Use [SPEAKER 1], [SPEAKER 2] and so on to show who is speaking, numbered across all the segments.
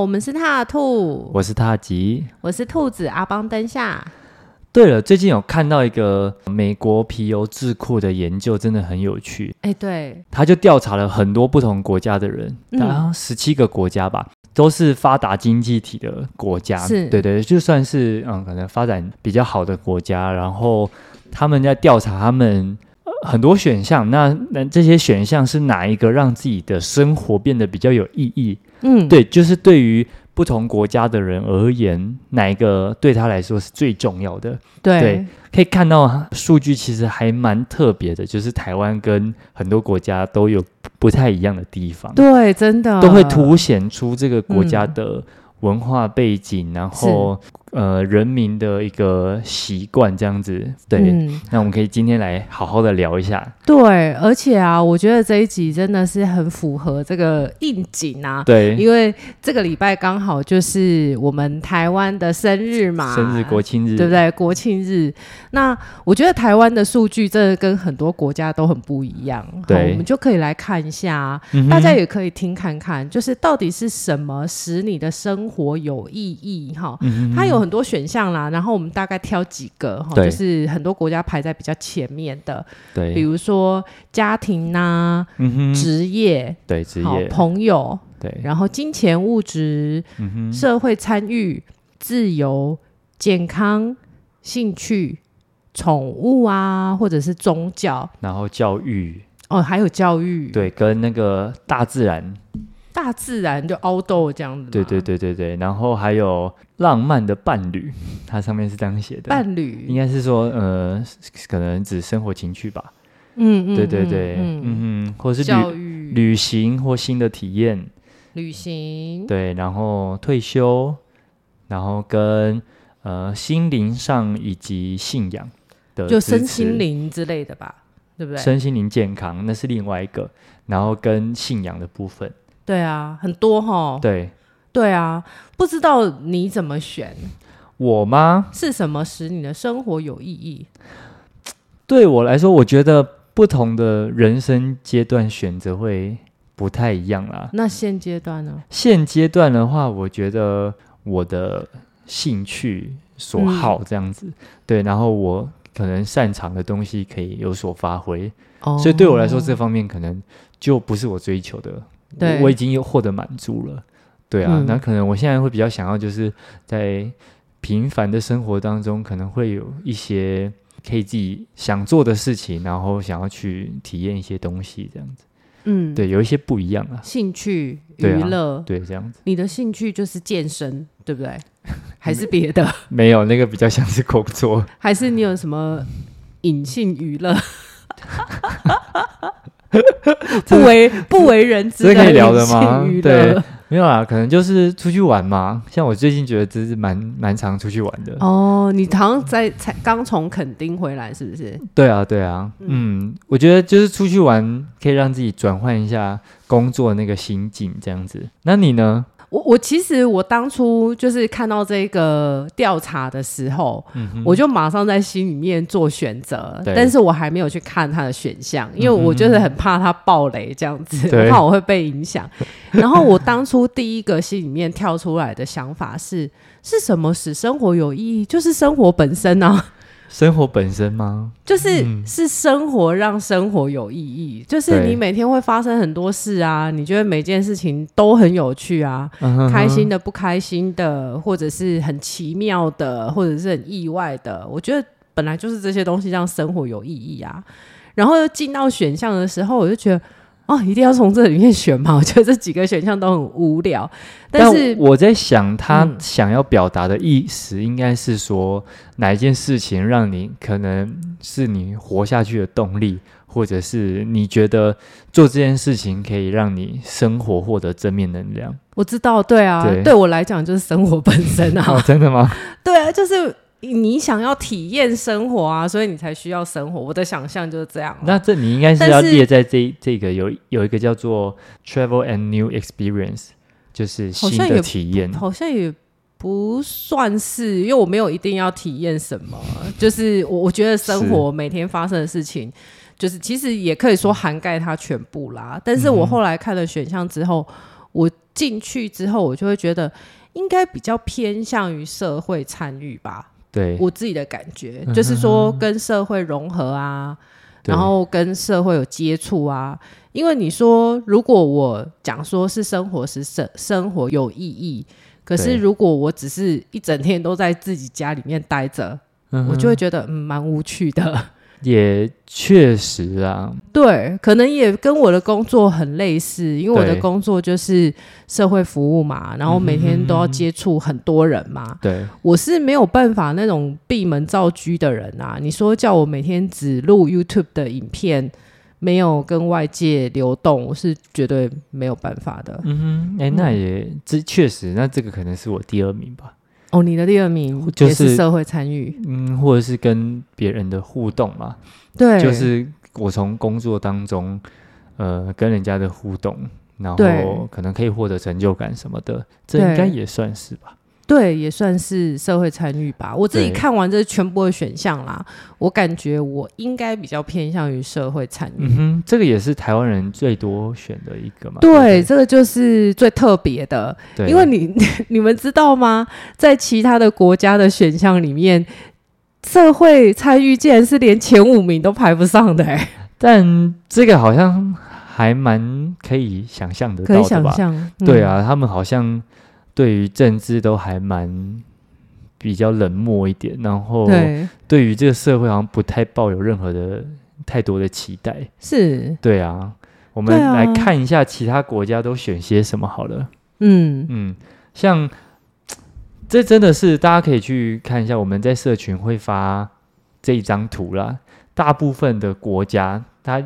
[SPEAKER 1] 我们是大兔，
[SPEAKER 2] 我是塔吉。
[SPEAKER 1] 我是兔子阿邦灯下。
[SPEAKER 2] 对了，最近有看到一个呃美国皮尤智库的研究，真的很有趣。
[SPEAKER 1] 哎，对，
[SPEAKER 2] 他就调查了很多不同国家的人，
[SPEAKER 1] 嗯
[SPEAKER 2] 大概十七个国家吧，都是发达经济体的国家，
[SPEAKER 1] 是
[SPEAKER 2] 对对，就算是嗯，可能发展比较好的国家，然后他们在调查他们。呃很多选项，那那这些选项是哪一个让自己的生活变得比较有意义？
[SPEAKER 1] 嗯，
[SPEAKER 2] 对，就是对于不同国家的人而言，哪一个对他来说是最重要的？
[SPEAKER 1] 对
[SPEAKER 2] 对可以看到数据其实还蛮特别的，就是台湾跟很多国家都有不太一样的地方，
[SPEAKER 1] 对，啊真的
[SPEAKER 2] 都会凸显出这个国家的文化背景，然后呃人民的一个习惯这样子。对，
[SPEAKER 1] 嗯
[SPEAKER 2] 那我们可以今天来好好的聊一下。
[SPEAKER 1] 对，而且啊，我觉得这一集真的是很符合这个应景啊。
[SPEAKER 2] 对，
[SPEAKER 1] 因为这个礼拜刚好就是我们台湾的生日嘛，
[SPEAKER 2] 生日、国庆日，
[SPEAKER 1] 对不对？国庆日，那我觉得台湾的数据真的跟很多国家都很不一样，好
[SPEAKER 2] 对
[SPEAKER 1] 我们就可以来看一下啊，
[SPEAKER 2] 嗯哼
[SPEAKER 1] 大家也可以听看看，就是到底是什么使你的生活有意义哈。
[SPEAKER 2] 嗯哼
[SPEAKER 1] 它有很多选项啦，然后我们大概挑几个哈，
[SPEAKER 2] 对
[SPEAKER 1] 就是很多国家排在比较前面的，比
[SPEAKER 2] 对，
[SPEAKER 1] 如说家庭呐、
[SPEAKER 2] 嗯哼，
[SPEAKER 1] 职业、
[SPEAKER 2] 对职
[SPEAKER 1] 好
[SPEAKER 2] 业，
[SPEAKER 1] 朋友，
[SPEAKER 2] 对，
[SPEAKER 1] 然后金钱、物质、
[SPEAKER 2] 嗯哼。
[SPEAKER 1] 社会参与、自由、健康、兴趣、宠物啊，或者是宗教
[SPEAKER 2] 然后教育，
[SPEAKER 1] 哦，还有教育，，
[SPEAKER 2] 对，跟那个大自然，
[SPEAKER 1] 嗯大自然就 outdoor 这样子嘛，
[SPEAKER 2] 对对对对对，然后还有浪漫的伴侣， 它上面是这样写的，
[SPEAKER 1] 伴
[SPEAKER 2] 应
[SPEAKER 1] 侣，
[SPEAKER 2] 该是说呃，可能指生活情趣吧，
[SPEAKER 1] 嗯嗯，
[SPEAKER 2] 对对
[SPEAKER 1] 嗯
[SPEAKER 2] 对，
[SPEAKER 1] 嗯，
[SPEAKER 2] 嗯哼，或是
[SPEAKER 1] 教
[SPEAKER 2] 旅
[SPEAKER 1] 育、嗯
[SPEAKER 2] 旅行或新的体验，
[SPEAKER 1] 旅行，
[SPEAKER 2] 对，然后退休，然后跟呃心灵上以及信仰的
[SPEAKER 1] 就
[SPEAKER 2] 支
[SPEAKER 1] 身
[SPEAKER 2] 持
[SPEAKER 1] 心灵之类的吧，对不对？
[SPEAKER 2] 身心灵健康，那是另外一个，然后跟信仰的部分，
[SPEAKER 1] 对啊，很多哈，
[SPEAKER 2] 对
[SPEAKER 1] 对啊，不知道你怎么选，
[SPEAKER 2] 我吗？
[SPEAKER 1] 是什么使你的生活有意义？
[SPEAKER 2] 对我来说，我觉得不同的人生阶段选择会不太一样啦。
[SPEAKER 1] 那现阶段呢？
[SPEAKER 2] 现阶段的话，我觉得我的兴趣所好这样子，对，然后我可能擅长的东西可以有所发挥，
[SPEAKER 1] 哦
[SPEAKER 2] 所以对我来说，这方面可能就不是我追求的，
[SPEAKER 1] 对
[SPEAKER 2] 我我已经有获得满足了。对啊，
[SPEAKER 1] 嗯
[SPEAKER 2] 那可能我现在会比较想要，就是在平凡的生活当中，可能会有一些可以自己想做的事情，然后想要去体验一些东西，这样子。
[SPEAKER 1] 嗯，
[SPEAKER 2] 对，有一些不一样啊。
[SPEAKER 1] 兴趣、娱
[SPEAKER 2] 对啊
[SPEAKER 1] 乐、
[SPEAKER 2] 对，这样子
[SPEAKER 1] 你的兴趣就是健身，对不对？ 还是别的？
[SPEAKER 2] 没有那个比较像是工作。
[SPEAKER 1] 还是你有什么隐性娱 乐？不为不为人知
[SPEAKER 2] 这
[SPEAKER 1] 的
[SPEAKER 2] 个可以聊
[SPEAKER 1] 隐
[SPEAKER 2] 的
[SPEAKER 1] 性
[SPEAKER 2] 吗
[SPEAKER 1] 娱
[SPEAKER 2] 对
[SPEAKER 1] 乐
[SPEAKER 2] 没有啊啦，可能就是出去玩嘛。像我最近觉得这是蛮蛮常出去玩的。
[SPEAKER 1] 哦，你好像在才刚从垦丁回来，是不是？
[SPEAKER 2] 对啊，对啊，嗯，我觉得就是出去玩可以让自己转换一下工作那个心境，这样子。那你呢？
[SPEAKER 1] 我我其实我当初就是看到这个调查的时候，我就马上在心里面做选择，
[SPEAKER 2] 嗯对嗯
[SPEAKER 1] 但是我还没有去看它的选项，因为我就是很怕它爆雷这样子，
[SPEAKER 2] 对
[SPEAKER 1] 我怕我会被影响。然后我当初第一个心里面跳出来的想法是，是什么使生活有意义？就是生活本身啊。
[SPEAKER 2] 生活本身吗？
[SPEAKER 1] 就是、是生活让生活有意义，就是
[SPEAKER 2] 嗯对
[SPEAKER 1] 你每天会发生很多事啊，你觉得每件事情都很有趣啊，
[SPEAKER 2] 嗯哼
[SPEAKER 1] 开心的、不开心的，或者是很奇妙的，或者是很意外的，我觉得本来就是这些东西让生活有意义啊。然后进到选项的时候，我就觉得。哦，一定要从这里面选 嘛？我觉得这几个选项都很无聊，但是
[SPEAKER 2] 我在想，他
[SPEAKER 1] 嗯
[SPEAKER 2] 想要表达的意思应该是说，哪一件事情让你可能是你活下去的动力，或者是你觉得做这件事情可以让你生活获得正面能 量？
[SPEAKER 1] 我知道，对啊，
[SPEAKER 2] 对
[SPEAKER 1] 对我来讲就是生活本身 啊。
[SPEAKER 2] 哦，真的吗？
[SPEAKER 1] 对啊，就是你想要体验生活啊，所以你才需要生活。我的想象就是这样啊。
[SPEAKER 2] 那这你应该是
[SPEAKER 1] 但
[SPEAKER 2] 要
[SPEAKER 1] 是
[SPEAKER 2] 列在这这个有有一个叫做 travel and new experience，就是
[SPEAKER 1] 好
[SPEAKER 2] 新
[SPEAKER 1] 像
[SPEAKER 2] 的
[SPEAKER 1] 也
[SPEAKER 2] 体验。
[SPEAKER 1] 好像也不算是，因为我没有一定要体验什么，就是我我觉得生活每天发生的事情，就是其实也可以说涵盖它全部啦。但是我后来看了选项之后，我进去之后，我就会觉得应该比较偏向于社会参与吧，
[SPEAKER 2] 对，
[SPEAKER 1] 我自己的感觉就是说跟社会融合啊，
[SPEAKER 2] 对
[SPEAKER 1] 然后跟社会有接触啊。因为你说，如果我讲说是生活是生生活有意义，可是
[SPEAKER 2] 对
[SPEAKER 1] 如果我只是一整天都在自己家里面待着，
[SPEAKER 2] 嗯
[SPEAKER 1] 我
[SPEAKER 2] 哼
[SPEAKER 1] 就会觉得嗯蛮无趣的。
[SPEAKER 2] 也确实啊，
[SPEAKER 1] 对，可能也跟我的工作很类似，因为我的
[SPEAKER 2] 对嗯
[SPEAKER 1] 工作就是社会服务嘛，然后每天都要接触很多人嘛，
[SPEAKER 2] 对，
[SPEAKER 1] 我是没有办法那种闭门造车的人啊。你说叫我每天只录 YouTube 的影片，没有跟外界流动，我是绝对没有办法的。
[SPEAKER 2] 嗯哼，哎，那也这确实，那这个可能是我第二名吧，
[SPEAKER 1] 哦，你的第二名
[SPEAKER 2] 就
[SPEAKER 1] 也是
[SPEAKER 2] 是
[SPEAKER 1] 社会参与，
[SPEAKER 2] 嗯，或者是跟别人的互动嘛，
[SPEAKER 1] 对，
[SPEAKER 2] 就是我从工作当中，呃，跟人家的互动，然
[SPEAKER 1] 对
[SPEAKER 2] 后可能可以获得成就感什么的，这
[SPEAKER 1] 对
[SPEAKER 2] 应该也算是吧。
[SPEAKER 1] 对，也算是社会参与吧。我自己
[SPEAKER 2] 对
[SPEAKER 1] 看完这全部的选项啦，我感觉我应该比较偏向于社会参与。
[SPEAKER 2] 嗯哼，这个也是台湾人最多选的一个嘛。
[SPEAKER 1] 对，
[SPEAKER 2] 不
[SPEAKER 1] 这个就是最特别的，
[SPEAKER 2] 对，
[SPEAKER 1] 因为你 你们知道吗？在其他的国家的选项里面，社会参与竟然是连前五名都排不上的、欸，
[SPEAKER 2] 但这个好像还蛮可以想象得
[SPEAKER 1] 可
[SPEAKER 2] 到
[SPEAKER 1] 以
[SPEAKER 2] 的
[SPEAKER 1] 想
[SPEAKER 2] 吧？
[SPEAKER 1] 象。嗯
[SPEAKER 2] 对，啊，他们好像对于政治都还蛮比较冷漠一点，然后
[SPEAKER 1] 对，
[SPEAKER 2] 对于这个社会好像不太抱有任何的太多的期待。
[SPEAKER 1] 是，
[SPEAKER 2] 对啊，我们
[SPEAKER 1] 对啊
[SPEAKER 2] 来看一下其他国家都选些什么好了。
[SPEAKER 1] 嗯，
[SPEAKER 2] 嗯，像这真的是大家可以去看一下，我们在社群会发这一张图啦。大部分的国家，它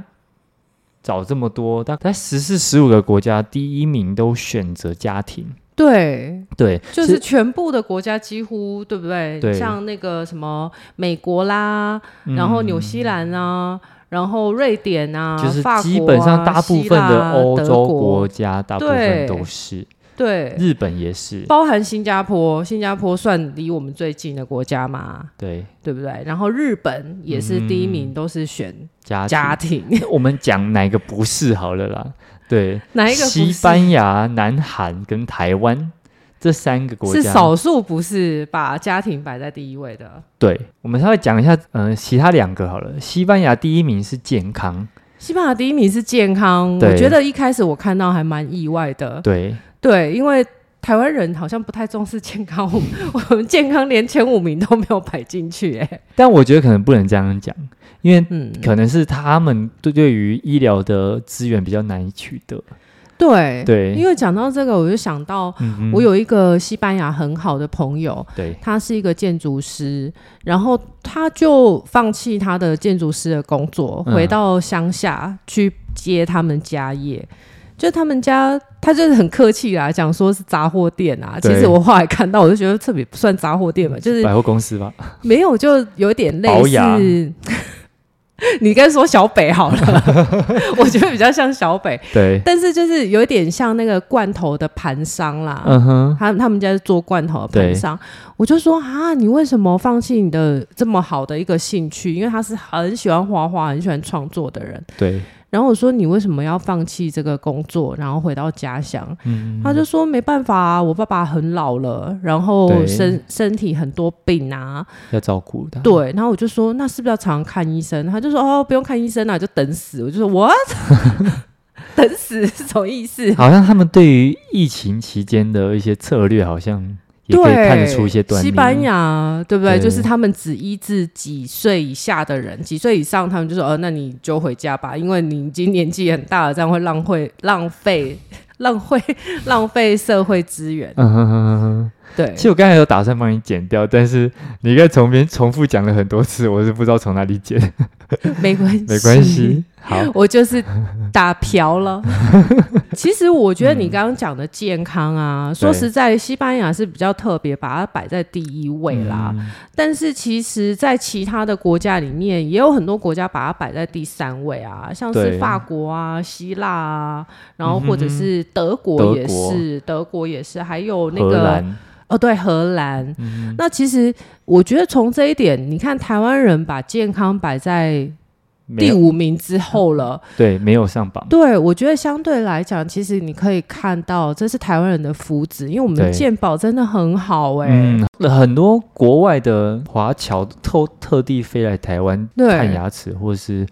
[SPEAKER 2] 找这么多，大概十四、十五个国家，第一名都选择家庭。
[SPEAKER 1] 对，
[SPEAKER 2] 对，
[SPEAKER 1] 就是全部的国家几乎对不对？
[SPEAKER 2] 对
[SPEAKER 1] 像那个什么美国啦，
[SPEAKER 2] 嗯
[SPEAKER 1] 然后纽西兰啊，然后瑞典啊，
[SPEAKER 2] 就是
[SPEAKER 1] 法国啊
[SPEAKER 2] 基本上大部分的
[SPEAKER 1] 希腊啊
[SPEAKER 2] 欧洲
[SPEAKER 1] 德
[SPEAKER 2] 国
[SPEAKER 1] 国，
[SPEAKER 2] 家，大部分
[SPEAKER 1] 对
[SPEAKER 2] 都是，
[SPEAKER 1] 对，
[SPEAKER 2] 日本也是，
[SPEAKER 1] 包含新加坡，新加坡算离我们最近的国家嘛，
[SPEAKER 2] 对，
[SPEAKER 1] 对不对？然后日本也是第一名，
[SPEAKER 2] 嗯
[SPEAKER 1] 都是选
[SPEAKER 2] 家
[SPEAKER 1] 家庭，
[SPEAKER 2] 我们讲哪个不是好了啦？对，
[SPEAKER 1] 哪一个不
[SPEAKER 2] 西
[SPEAKER 1] 是？
[SPEAKER 2] 班牙、南韩跟台湾这三个国
[SPEAKER 1] 是
[SPEAKER 2] 家
[SPEAKER 1] 少数不是把家庭摆在第一位的，
[SPEAKER 2] 对，我们稍微讲一下，嗯、其他两个好了。西班牙第一名是健康，
[SPEAKER 1] 西班牙第一名是健康，
[SPEAKER 2] 对
[SPEAKER 1] 我觉得一开始我看到还蛮意外的，
[SPEAKER 2] 对，
[SPEAKER 1] 对，因为台湾人好像不太重视健康，我们 我们健康连前五名都没有摆进去、哎，
[SPEAKER 2] 但我觉得可能不能这样讲，因为
[SPEAKER 1] 嗯，
[SPEAKER 2] 可能是他们对对于医疗的资源比较难以取得。
[SPEAKER 1] 对
[SPEAKER 2] 对
[SPEAKER 1] 因为讲到这个，我就想到
[SPEAKER 2] 嗯哼
[SPEAKER 1] 我有一个西班牙很好的朋友，
[SPEAKER 2] 对
[SPEAKER 1] 他是一个建筑师，然后他就放弃他的建筑师的工作，
[SPEAKER 2] 嗯
[SPEAKER 1] 回到乡下去接他们家业。就他们家，他就是很客气啦，讲说是杂货店啊。其
[SPEAKER 2] 对
[SPEAKER 1] 实我后来看到，我就觉得特别不算杂货店嘛，就是
[SPEAKER 2] 百货公 司吧？
[SPEAKER 1] 没有，就有点类
[SPEAKER 2] 保养
[SPEAKER 1] 似。 你跟说小北好了， 我觉得比较像小北，
[SPEAKER 2] 对，
[SPEAKER 1] 但是就是有点像那个罐头的盘商啦。
[SPEAKER 2] 嗯哼，
[SPEAKER 1] 他他们家是做罐头的盘商，我就说啊，你为什么放弃你的这么好的一个兴趣？因为他是很喜欢画画、很喜欢创作的人。
[SPEAKER 2] 对，
[SPEAKER 1] 然后我说你为什么要放弃这个工作，然后回到家乡？
[SPEAKER 2] 嗯，
[SPEAKER 1] 他就说没办法啊，我爸爸很老了，然后
[SPEAKER 2] 对
[SPEAKER 1] 身身体很多病啊，
[SPEAKER 2] 要照顾他。，
[SPEAKER 1] 对，然后我就说那是不是要常常看医生？他就说哦，不用看医生啦，就等死。我就说 what？等 死 是什么意思？
[SPEAKER 2] 好像他们对于疫情期间的一些策略，好像也可以
[SPEAKER 1] 对，
[SPEAKER 2] 看得出一些端倪。
[SPEAKER 1] 西班牙对不对？
[SPEAKER 2] 对
[SPEAKER 1] 就是他们只医治几岁以下的人，几岁以上他们就说哦，那你就回家吧，因为你已经年纪很大了，这样会浪费浪费 浪费浪费社会资源。
[SPEAKER 2] 嗯哼哼哼哼。
[SPEAKER 1] 对
[SPEAKER 2] 其，实我刚才有打算帮你剪掉，但是你应该重边重复讲了很多次，我是不知道从哪里 剪，
[SPEAKER 1] 没关系，
[SPEAKER 2] 没关系。好，
[SPEAKER 1] 我就是打瓢 了。其实我觉
[SPEAKER 2] 嗯
[SPEAKER 1] 得你刚刚讲的健康啊，说实在，西班牙是比较特别，把它摆在第一位啦。
[SPEAKER 2] 嗯
[SPEAKER 1] 但是其实，在其他的国家里面，也有很多国家把它摆在第三位啊，像是
[SPEAKER 2] 对
[SPEAKER 1] 法国啊、希腊啊，然后或者是德国
[SPEAKER 2] 德
[SPEAKER 1] 也
[SPEAKER 2] 国
[SPEAKER 1] 是，德国也是，还有那
[SPEAKER 2] 荷
[SPEAKER 1] 个
[SPEAKER 2] 兰，
[SPEAKER 1] 哦，对，荷兰。
[SPEAKER 2] 嗯
[SPEAKER 1] 那其实我觉得从这一点，你看台湾人把健康摆在
[SPEAKER 2] 没
[SPEAKER 1] 第
[SPEAKER 2] 有
[SPEAKER 1] 五名之后了。
[SPEAKER 2] 对没有上榜，
[SPEAKER 1] 对，我觉得相对来讲，其实你可以看到，这是台湾人的福祉，因为我们的
[SPEAKER 2] 对
[SPEAKER 1] 健保真的很好哎、
[SPEAKER 2] 嗯，很多国外的华侨特特地飞来台湾
[SPEAKER 1] 对
[SPEAKER 2] 看牙齿，或是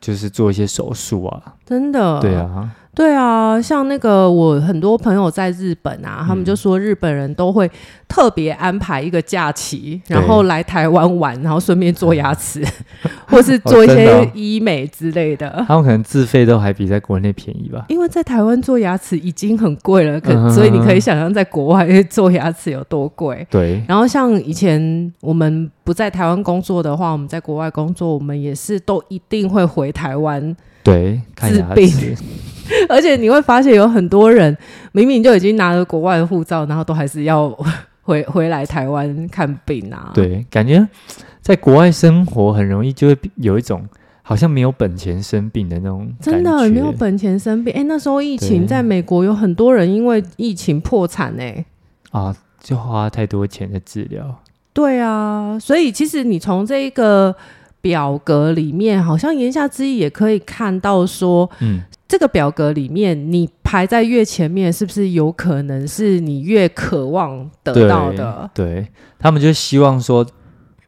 [SPEAKER 2] 就是做一些手术啊，
[SPEAKER 1] 真的。
[SPEAKER 2] 对，啊，
[SPEAKER 1] 对啊，像那个我很多朋友在日本啊，
[SPEAKER 2] 嗯
[SPEAKER 1] 他们就说日本人都会特别安排一个假期，
[SPEAKER 2] 对
[SPEAKER 1] 然后来台湾玩，然后顺便做牙 齿，或是做一
[SPEAKER 2] 哦真的
[SPEAKER 1] 些
[SPEAKER 2] 哦
[SPEAKER 1] 医美之类的。
[SPEAKER 2] 他们可能自费都还比在国内便宜吧。
[SPEAKER 1] 因为在台湾做牙齿已经很贵了，可、
[SPEAKER 2] 嗯哼
[SPEAKER 1] 所以你可以想象在国外做牙齿有多贵。
[SPEAKER 2] 对，
[SPEAKER 1] 然后像以前我们不在台湾工作的话，我们在国外工作，我们也是都一定会回台湾。
[SPEAKER 2] 对，看
[SPEAKER 1] 治
[SPEAKER 2] 牙
[SPEAKER 1] 病
[SPEAKER 2] 齿，
[SPEAKER 1] 而且你会发现有很多人明明就已经拿了国外的护照，然后都还是要 回回来台湾看病啊。，
[SPEAKER 2] 对，感觉在国外生活很容易就会有一种好像没有本钱生病的那种
[SPEAKER 1] 真
[SPEAKER 2] 感
[SPEAKER 1] 的
[SPEAKER 2] 觉
[SPEAKER 1] 没有本钱生病。哎，那时候疫情
[SPEAKER 2] 对
[SPEAKER 1] 在美国有很多人因为疫情破产哎、
[SPEAKER 2] 啊，就花太多钱的治疗。
[SPEAKER 1] 对啊，所以其实你从这一个表格里面，好像言下之意也可以看到说，
[SPEAKER 2] 嗯，
[SPEAKER 1] 这个表格里面你排在越前面，是不是有可能是你越渴望得到的？
[SPEAKER 2] 对他们就希望说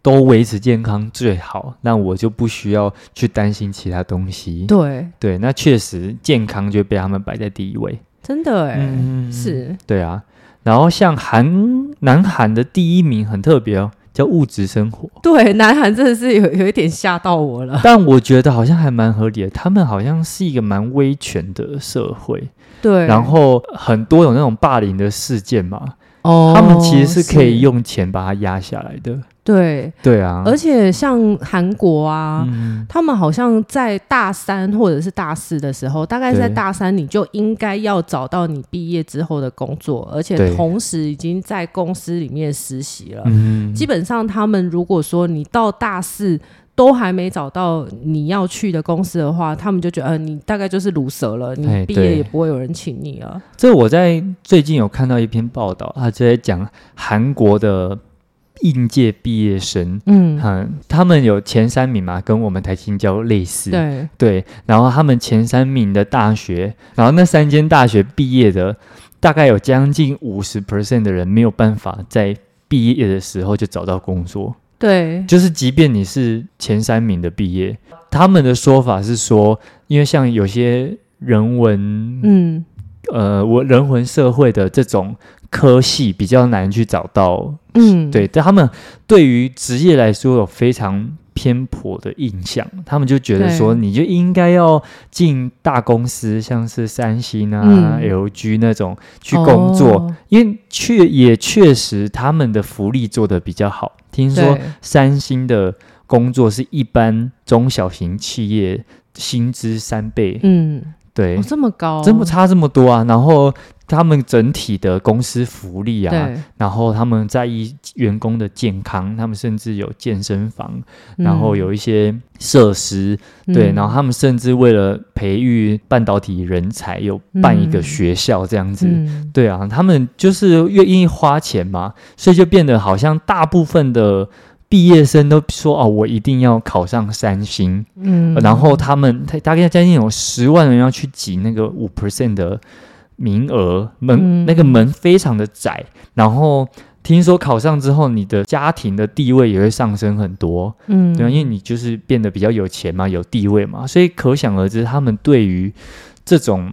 [SPEAKER 2] 都维持健康最好，那我就不需要去担心其他东西。
[SPEAKER 1] 对，
[SPEAKER 2] 对，那确实健康就被他们摆在第一位。
[SPEAKER 1] 真的哎、
[SPEAKER 2] 嗯，
[SPEAKER 1] 是
[SPEAKER 2] 对啊。然后像韩南韩的第一名很特别哦，叫物质生活，
[SPEAKER 1] 对，南韩真的是有有一点吓到我了。
[SPEAKER 2] 但我觉得好像还蛮合理的。他们好像是一个蛮威权的社会，
[SPEAKER 1] 对，
[SPEAKER 2] 然后很多有那种霸凌的事件嘛，
[SPEAKER 1] 哦，
[SPEAKER 2] 他们其实是可以用钱把它压下来的。
[SPEAKER 1] 对，
[SPEAKER 2] 对啊，
[SPEAKER 1] 而且像韩国啊，
[SPEAKER 2] 嗯，
[SPEAKER 1] 他们好像在大三或者是大四的时候，大概
[SPEAKER 2] 对
[SPEAKER 1] 在大三你就应该要找到你毕业之后的工作，而且
[SPEAKER 2] 对
[SPEAKER 1] 同时已经在公司里面实习了。
[SPEAKER 2] 嗯
[SPEAKER 1] 基本上，他们如果说你到大四都还没找到你要去的公司的话，他们就觉得，呃，你大概就是卤蛇了，你
[SPEAKER 2] 哎
[SPEAKER 1] 毕业
[SPEAKER 2] 对
[SPEAKER 1] 也不会有人请你了。
[SPEAKER 2] 这我在最近有看到一篇报道，他就在讲韩国的应届毕业生，
[SPEAKER 1] 嗯，
[SPEAKER 2] 嗯，他们有前三名嘛，跟我们台青交类似，
[SPEAKER 1] 对，
[SPEAKER 2] 对然后他们前三名的大学，然后那三间大学毕业的，大概有将近五十 percent 的人没有办法在毕业的时候就找到工作，
[SPEAKER 1] 对，
[SPEAKER 2] 就是即便你是前三名的毕业，他们的说法是说，因为像有些人文
[SPEAKER 1] 嗯，
[SPEAKER 2] 呃，我人文社会的这种科系比较难去找到，
[SPEAKER 1] 嗯，
[SPEAKER 2] 对，但他们对于职业来说有非常偏颇的印象，他们就觉得说
[SPEAKER 1] 对
[SPEAKER 2] 你就应该要进大公司，像是三星啊、
[SPEAKER 1] 嗯
[SPEAKER 2] LG 那种去工作，
[SPEAKER 1] 哦，
[SPEAKER 2] 因为确也确实他们的福利做得比较好，听说
[SPEAKER 1] 对，
[SPEAKER 2] 三星的工作是一般中小型企业薪资三倍，
[SPEAKER 1] 嗯，
[SPEAKER 2] 对
[SPEAKER 1] 哦，这么高，
[SPEAKER 2] 这么差这么多啊！然后他们整体的公司福利啊，
[SPEAKER 1] 对，
[SPEAKER 2] 然后他们在意员工的健康，他们甚至有健身房，然后
[SPEAKER 1] 嗯
[SPEAKER 2] 有一些设施，对，然后他们甚至为了培育半导体人才，有办一个
[SPEAKER 1] 嗯
[SPEAKER 2] 学校这样子。
[SPEAKER 1] 嗯
[SPEAKER 2] 对啊，他们就是愿意花钱嘛，所以就变得好像大部分的毕业生都说哦，我一定要考上三星，
[SPEAKER 1] 嗯，
[SPEAKER 2] 呃然后他们他大概将近有十万人要去挤那个五 percent 的名额门，
[SPEAKER 1] 嗯
[SPEAKER 2] 那个门非常的窄。然后听说考上之后，你的家庭的地位也会上升很多，
[SPEAKER 1] 嗯，
[SPEAKER 2] 对啊，因为你就是变得比较有钱嘛，有地位嘛，所以可想而知，他们对于这种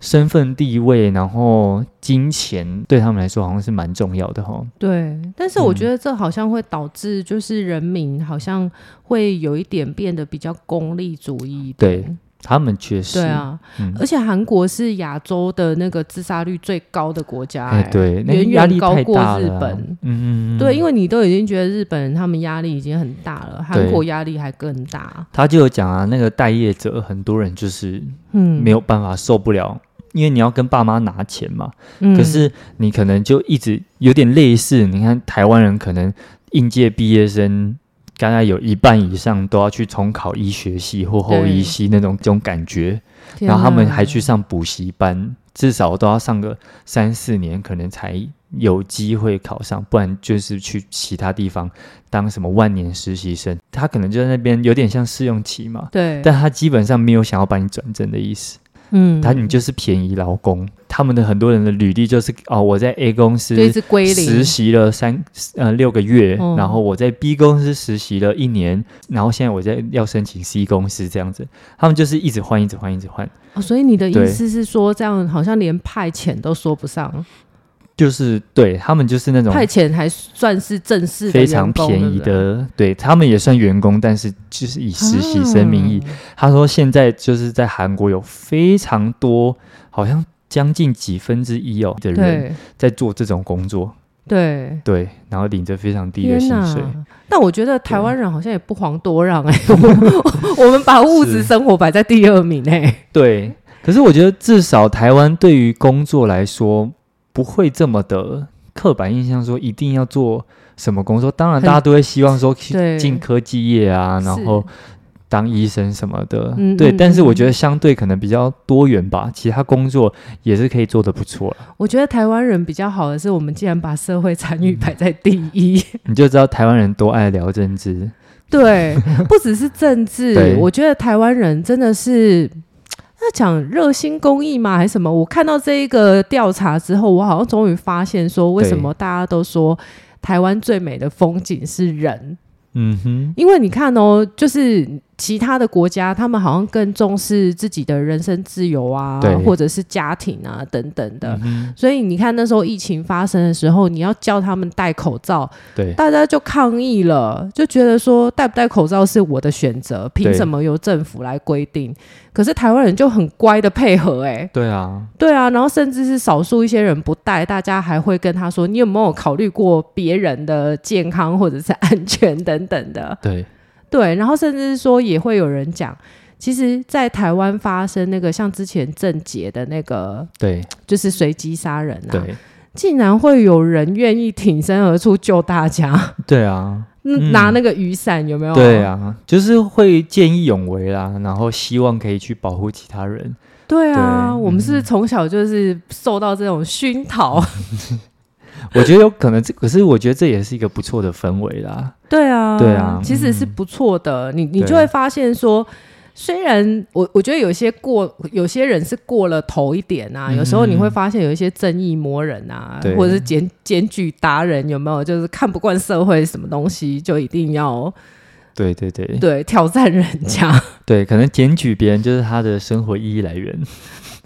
[SPEAKER 2] 身份地位，然后金钱对他们来说好像是蛮重要的哈。
[SPEAKER 1] 对，但是我觉
[SPEAKER 2] 嗯
[SPEAKER 1] 得这好像会导致，就是人民好像会有一点变得比较功利主义一点。
[SPEAKER 2] 对他们确实，
[SPEAKER 1] 对，啊，
[SPEAKER 2] 嗯
[SPEAKER 1] 而且韩国是亚洲的那个自杀率最高的国家、
[SPEAKER 2] 哎、
[SPEAKER 1] 哎
[SPEAKER 2] 对，那个
[SPEAKER 1] 远
[SPEAKER 2] 压力
[SPEAKER 1] 远高
[SPEAKER 2] 太
[SPEAKER 1] 过
[SPEAKER 2] 大
[SPEAKER 1] 日
[SPEAKER 2] 了啊、
[SPEAKER 1] 本。
[SPEAKER 2] 嗯嗯嗯，
[SPEAKER 1] 对，因
[SPEAKER 2] 为。
[SPEAKER 1] 为你都已经觉得日本人他们压力已经很大了，韩
[SPEAKER 2] 对
[SPEAKER 1] 国压力还更大。
[SPEAKER 2] 他就有讲啊，那个待业者很多人就是
[SPEAKER 1] 嗯，
[SPEAKER 2] 没有办法受不了，因为你要跟爸妈拿钱嘛，
[SPEAKER 1] 嗯，
[SPEAKER 2] 可是你可能就一直有点类似，你看台湾人可能应届毕业生。大概有一半以上都要去重考医学系或后医系那种这种感觉，
[SPEAKER 1] 天
[SPEAKER 2] 然后他们
[SPEAKER 1] 哪
[SPEAKER 2] 还去上补习班，至少都要上个三四年，可能才有机会考上，不然就是去其他地方当什么万年实习生，他可能就在那边有点像试用期嘛，
[SPEAKER 1] 对，
[SPEAKER 2] 但他基本上没有想要把你转正的意思。
[SPEAKER 1] 嗯，
[SPEAKER 2] 他你就是便宜劳工，他们的很多人的履历就是哦，我在 A 公司
[SPEAKER 1] 就一直归
[SPEAKER 2] 实
[SPEAKER 1] 零，
[SPEAKER 2] 习了三呃六个月，
[SPEAKER 1] 嗯
[SPEAKER 2] 然后我在 B 公司实习了一年，然后现在我在要申请 C 公司这样子，他们就是一直换，一直换，一直换，
[SPEAKER 1] 哦所以你的意
[SPEAKER 2] 对
[SPEAKER 1] 思是说，这样好像连派遣都说不上，
[SPEAKER 2] 就是对他们就是那种
[SPEAKER 1] 派遣还算是正式的
[SPEAKER 2] 非常
[SPEAKER 1] 员工
[SPEAKER 2] 便宜，
[SPEAKER 1] 对
[SPEAKER 2] 的，对他们也算员工，但是就是以
[SPEAKER 1] 不对
[SPEAKER 2] 实习生名义。，
[SPEAKER 1] 啊
[SPEAKER 2] 他说现在就是在韩国有非常多，好像将近几分之一哦的人
[SPEAKER 1] 对
[SPEAKER 2] 在做这种工作，
[SPEAKER 1] 对。
[SPEAKER 2] 对，然后领着非常低的
[SPEAKER 1] 天
[SPEAKER 2] 薪
[SPEAKER 1] 呐！
[SPEAKER 2] 水。
[SPEAKER 1] 但我觉得台湾人好像也不遑多让哎、我们我们把物质
[SPEAKER 2] 是
[SPEAKER 1] 生活摆在第二名哎、
[SPEAKER 2] 对，可是我觉得至少台湾对于工作来说，不会这么的刻板印象，说一定要做什么工作。当然，
[SPEAKER 1] 很
[SPEAKER 2] 大家都会希望说去
[SPEAKER 1] 对
[SPEAKER 2] 进科技业啊，
[SPEAKER 1] 是
[SPEAKER 2] 然后当医生什么的。
[SPEAKER 1] 嗯
[SPEAKER 2] 对，
[SPEAKER 1] 嗯
[SPEAKER 2] 但是我
[SPEAKER 1] 嗯
[SPEAKER 2] 觉得相对可能比较多元吧，其他工作也是可以做得不错了。
[SPEAKER 1] 我觉得台湾人比较好的是，我们竟然把社会参与摆在第一。
[SPEAKER 2] 你就知道台湾人多爱聊政治，
[SPEAKER 1] 对，不只是政治
[SPEAKER 2] 对，
[SPEAKER 1] 我觉得台湾人真的是。那讲热心公益吗，还是什么？我看到这一个调查之后，我好像终于发现说，为什么大家都说台湾最美的风景是人？
[SPEAKER 2] 嗯哼，
[SPEAKER 1] 因为你看哦，就是其他的国家，他们好像更重视自己的人身自由啊
[SPEAKER 2] 对，
[SPEAKER 1] 或者是家庭啊等等的。
[SPEAKER 2] 嗯哼
[SPEAKER 1] 所以你看那时候疫情发生的时候，你要叫他们戴口罩，
[SPEAKER 2] 对
[SPEAKER 1] 大家就抗议了，就觉得说戴不戴口罩是我的选择，凭什么由政府来规定？可是台湾人就很乖的配合、欸，哎，
[SPEAKER 2] 对啊，
[SPEAKER 1] 对啊，然后甚至是少数一些人不戴，大家还会跟他说，你有没有考虑过别人的健康或者是安全等等的？
[SPEAKER 2] 对，
[SPEAKER 1] 对，然后甚至是说也会有人讲。其实，在台湾发生那个像之前郑捷的那个，
[SPEAKER 2] 对，
[SPEAKER 1] 就是随机杀人啊，
[SPEAKER 2] 对，
[SPEAKER 1] 竟然会有人愿意挺身而出救大家，
[SPEAKER 2] 对啊。嗯
[SPEAKER 1] 拿那个雨伞有没有？
[SPEAKER 2] 对，啊，就是会见义勇为啦，然后希望可以去保护其他人。
[SPEAKER 1] 对啊，
[SPEAKER 2] 对
[SPEAKER 1] 我们是不是从小就是受到这种熏陶，
[SPEAKER 2] 嗯我觉得有可能这，可是我觉得这也是一个不错的氛围啦。
[SPEAKER 1] 对啊，
[SPEAKER 2] 对啊嗯
[SPEAKER 1] 其实是不错的。你你
[SPEAKER 2] 对
[SPEAKER 1] 就会发现说，虽然我我觉得有些过，有些人是过了头一点啊，
[SPEAKER 2] 嗯
[SPEAKER 1] 有时候你会发现有一些正义魔人啊
[SPEAKER 2] 对，
[SPEAKER 1] 或者是检检举达人有没有，就是看不惯社会什么东西，就一定
[SPEAKER 2] 嗯
[SPEAKER 1] 要
[SPEAKER 2] 对对对
[SPEAKER 1] 对挑战人家。
[SPEAKER 2] 对，可能检举别人就是他的生活意义来源。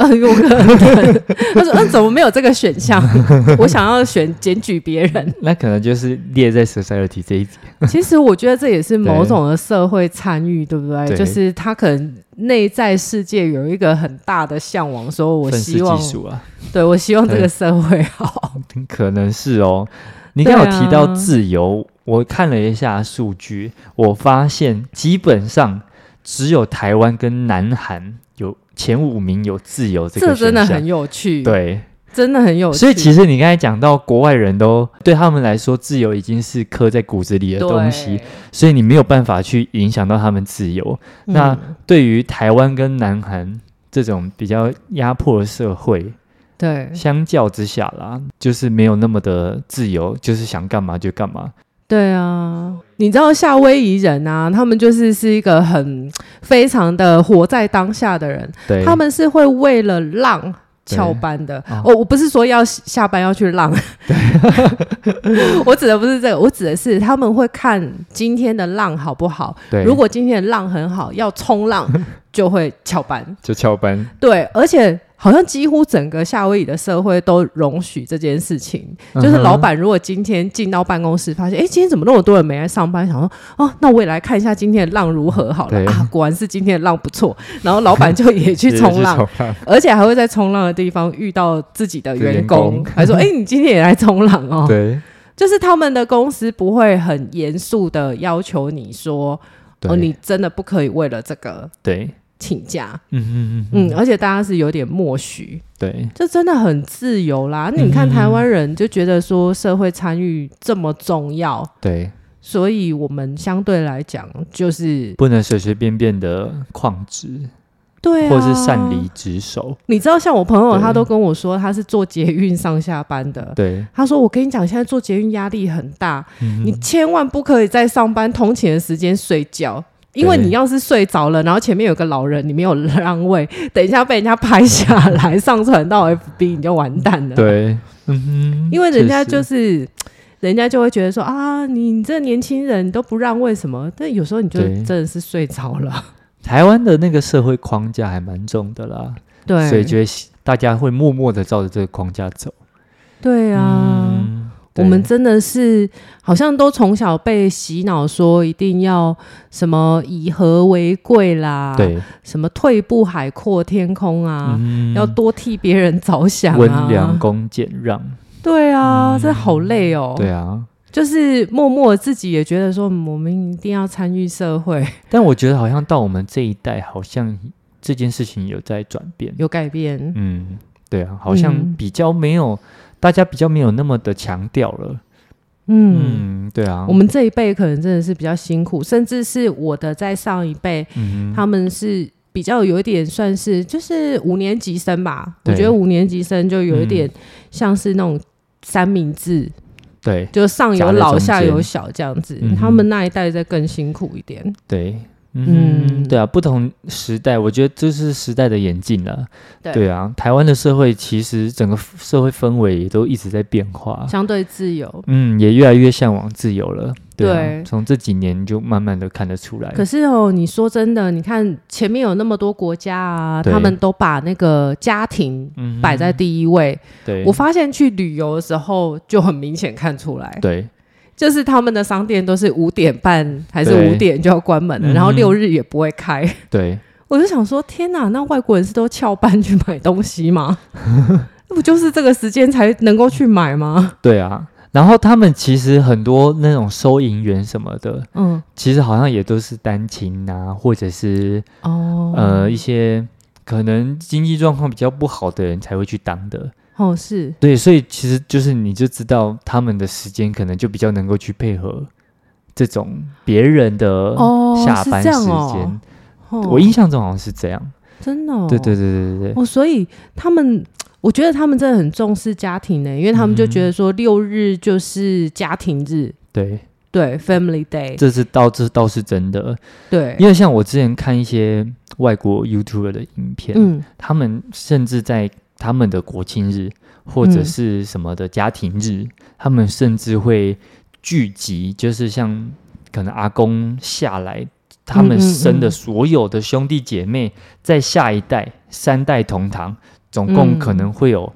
[SPEAKER 1] 呃，有可能。 他说：“嗯，怎么没有这个选项？ 我想要选检举别人。
[SPEAKER 2] 那可能就是列在 society 这一集。”
[SPEAKER 1] 其实我觉得这也是某种的社会参与，对不对？
[SPEAKER 2] 对
[SPEAKER 1] 就是他可能内在世界有一个很大的向往，说我
[SPEAKER 2] 愤世
[SPEAKER 1] 希
[SPEAKER 2] 嫉
[SPEAKER 1] 望，
[SPEAKER 2] 俗啊，
[SPEAKER 1] 对我希望这个社会好。
[SPEAKER 2] 可能是哦。你刚刚有
[SPEAKER 1] 对啊
[SPEAKER 2] 提到自由，我看了一下数据，我发现基本上只有台湾跟南韩有前五名有自由这
[SPEAKER 1] 这
[SPEAKER 2] 个选
[SPEAKER 1] 真
[SPEAKER 2] 项。
[SPEAKER 1] 的很有趣，，
[SPEAKER 2] 对，
[SPEAKER 1] 真的很有趣。
[SPEAKER 2] 所以其实你刚才讲到，国外人都对他们来说，自由已经是刻在骨子里的
[SPEAKER 1] 对
[SPEAKER 2] 东西，，所以你没有办法去影响到他们自由。那
[SPEAKER 1] 嗯
[SPEAKER 2] 对于台湾跟南韩这种比较压迫的社会，
[SPEAKER 1] 对
[SPEAKER 2] 相较之下啦，就是没有那么的自由，就是想干嘛就干嘛。
[SPEAKER 1] 对啊，你知道夏威夷人啊，他们就是是一个很非常的活在当下的人，
[SPEAKER 2] 对，
[SPEAKER 1] 他们是会为了浪
[SPEAKER 2] 对
[SPEAKER 1] 翘班的。
[SPEAKER 2] 哦
[SPEAKER 1] 哦，我不是说要下班要去浪， 我指的不是这个，我指的是他们会看今天的浪好不好。
[SPEAKER 2] 对，
[SPEAKER 1] 如果今天的浪很好，要冲 浪就会翘班。
[SPEAKER 2] 就翘班，
[SPEAKER 1] 对，而且。好像几乎整个夏威夷的社会都容许这件事情，
[SPEAKER 2] 嗯哼
[SPEAKER 1] 就是老板如果今天进到办公室，发现哎、诶今天怎么那么多人没来上班，想说哦，那我也来看一下今天的浪如何好了
[SPEAKER 2] 对
[SPEAKER 1] 啊，果然是今天的浪不错，然后老板就也去
[SPEAKER 2] 直接
[SPEAKER 1] 冲 浪，
[SPEAKER 2] 冲浪，
[SPEAKER 1] 而且还会在冲浪的地方遇到自己的员工，
[SPEAKER 2] 员工
[SPEAKER 1] 还说：“哎、你今天也来冲浪哦。
[SPEAKER 2] 对”
[SPEAKER 1] 就是他们的公司不会很严肃的要求你说：“
[SPEAKER 2] 对
[SPEAKER 1] 哦，你真的不可以为了这个
[SPEAKER 2] 对，
[SPEAKER 1] 请假。
[SPEAKER 2] 嗯嗯嗯，
[SPEAKER 1] 嗯，而且大家是有点默许，
[SPEAKER 2] 对
[SPEAKER 1] 这真的很自由啦。你看台湾人就觉得说社会参与这么重要，
[SPEAKER 2] 对，
[SPEAKER 1] 所以我们相对来讲就是
[SPEAKER 2] 不能随随便便的旷职。
[SPEAKER 1] 对、啊，
[SPEAKER 2] 或是擅离。职守。
[SPEAKER 1] 你知道，像我朋友，
[SPEAKER 2] 对
[SPEAKER 1] 他都跟我说他是坐捷运上下班的。
[SPEAKER 2] 对，
[SPEAKER 1] 他说：“我跟你讲，现在坐捷运压力很大，
[SPEAKER 2] 嗯
[SPEAKER 1] 你千万不可以在上班通勤的时间睡觉，因为
[SPEAKER 2] 对
[SPEAKER 1] 你要是睡着了，然后前面有个老人，你没有让位， 等一下被人家拍下来上传到 FB，你就完蛋了。，
[SPEAKER 2] 对，嗯哼，
[SPEAKER 1] 因为人家就
[SPEAKER 2] 确实
[SPEAKER 1] 是。”人家就会觉得说啊，你这年轻人都不让位什么？但有时候你就
[SPEAKER 2] 对
[SPEAKER 1] 真的是睡着了，
[SPEAKER 2] 台湾的那个社会框架还蛮重的啦，
[SPEAKER 1] 对，
[SPEAKER 2] 所以就会喜大家会默默的照着这个框架走。
[SPEAKER 1] 对啊，
[SPEAKER 2] 嗯，
[SPEAKER 1] 我
[SPEAKER 2] 对
[SPEAKER 1] 们真的是好像都从小被洗脑说一定要什么以和为贵啦，，
[SPEAKER 2] 对，
[SPEAKER 1] 什么退步海阔天空啊，
[SPEAKER 2] 嗯
[SPEAKER 1] 要多替别人着想
[SPEAKER 2] 温良
[SPEAKER 1] 啊，
[SPEAKER 2] 恭俭让，
[SPEAKER 1] 对啊，这好累哦，
[SPEAKER 2] 对，啊。
[SPEAKER 1] 就是默默自己也觉得说嗯我们一定要参与社会，
[SPEAKER 2] 但我觉得好像到我们这一代，好像这件事情有在转变。
[SPEAKER 1] 有改变，
[SPEAKER 2] 嗯，对啊，好像
[SPEAKER 1] 嗯
[SPEAKER 2] 比较没有，大家比较没有那么的强调了。
[SPEAKER 1] 嗯。
[SPEAKER 2] 嗯，对啊，
[SPEAKER 1] 我们这一辈可能真的是比较辛苦，甚至是我的在上一辈，
[SPEAKER 2] 嗯哼
[SPEAKER 1] 他们是比较有一点算是就是五年级生吧，我
[SPEAKER 2] 对嗯
[SPEAKER 1] 觉得五年级生就有一点像是那种三明治，
[SPEAKER 2] 对
[SPEAKER 1] 就上
[SPEAKER 2] 夹
[SPEAKER 1] 有
[SPEAKER 2] 在
[SPEAKER 1] 老
[SPEAKER 2] 中间
[SPEAKER 1] 下有小这样子。
[SPEAKER 2] 嗯哼
[SPEAKER 1] 他们那一代再更辛苦一点，
[SPEAKER 2] 对。嗯，
[SPEAKER 1] 嗯
[SPEAKER 2] 对啊，不同时代，我觉得这是时代的演进了。
[SPEAKER 1] 对
[SPEAKER 2] 对啊，台湾的社会其实整个社会氛围也都一直在变化。
[SPEAKER 1] 相对自由。
[SPEAKER 2] 嗯，也越来越向往自由了。对啊
[SPEAKER 1] 对，
[SPEAKER 2] 从这几年就慢慢的看得出来。
[SPEAKER 1] 可是哦，你说真的，你看前面有那么多国家啊，
[SPEAKER 2] 对
[SPEAKER 1] 他们都把那个家庭
[SPEAKER 2] 嗯哼
[SPEAKER 1] 摆在第一位。
[SPEAKER 2] 嗯对，
[SPEAKER 1] 我发现去旅游的时候就很明显看出来，
[SPEAKER 2] 对
[SPEAKER 1] 就是他们的商店都是五点半还是
[SPEAKER 2] 对
[SPEAKER 1] 五点就要关门了，然后
[SPEAKER 2] 嗯哼
[SPEAKER 1] 六日也不会开。
[SPEAKER 2] 对
[SPEAKER 1] 我就想说，天哪，那外国人是都翘班去买东西 吗？那不就是这个时间才能够去买吗？
[SPEAKER 2] 对啊。然后他们其实很多那种收银员什么的，
[SPEAKER 1] 嗯，
[SPEAKER 2] 其实好像也都是单亲啊，或者是
[SPEAKER 1] 哦，
[SPEAKER 2] 呃一些可能经济状况比较不好的人才会去当的。
[SPEAKER 1] 哦，是，
[SPEAKER 2] 对，所以其实就是你就知道他们的时间可能就比较能够去配合这种别人的
[SPEAKER 1] 哦
[SPEAKER 2] 下
[SPEAKER 1] 是
[SPEAKER 2] 班
[SPEAKER 1] 这
[SPEAKER 2] 时
[SPEAKER 1] 样
[SPEAKER 2] 间。
[SPEAKER 1] 哦哦，
[SPEAKER 2] 我印象中好像是这样。
[SPEAKER 1] 真的、哦，
[SPEAKER 2] 对对对对对，
[SPEAKER 1] 哦，所以他们，我觉得他们真的很重视家庭呢，因为他们就觉
[SPEAKER 2] 嗯
[SPEAKER 1] 得说六日就是家庭日，
[SPEAKER 2] 对，
[SPEAKER 1] 对，Family Day，
[SPEAKER 2] 这是倒这倒是真的，
[SPEAKER 1] 对，
[SPEAKER 2] 因为像我之前看一些外国 YouTuber 的影片，
[SPEAKER 1] 嗯，
[SPEAKER 2] 他们甚至在他们的国庆日或者
[SPEAKER 1] 嗯
[SPEAKER 2] 是什么的家庭日，他们甚至会聚集，就是像可能阿公下来，他
[SPEAKER 1] 嗯
[SPEAKER 2] 们
[SPEAKER 1] 嗯
[SPEAKER 2] 生的
[SPEAKER 1] 嗯
[SPEAKER 2] 所有的兄弟姐妹，在下一代三代同堂，总共
[SPEAKER 1] 嗯
[SPEAKER 2] 可能会有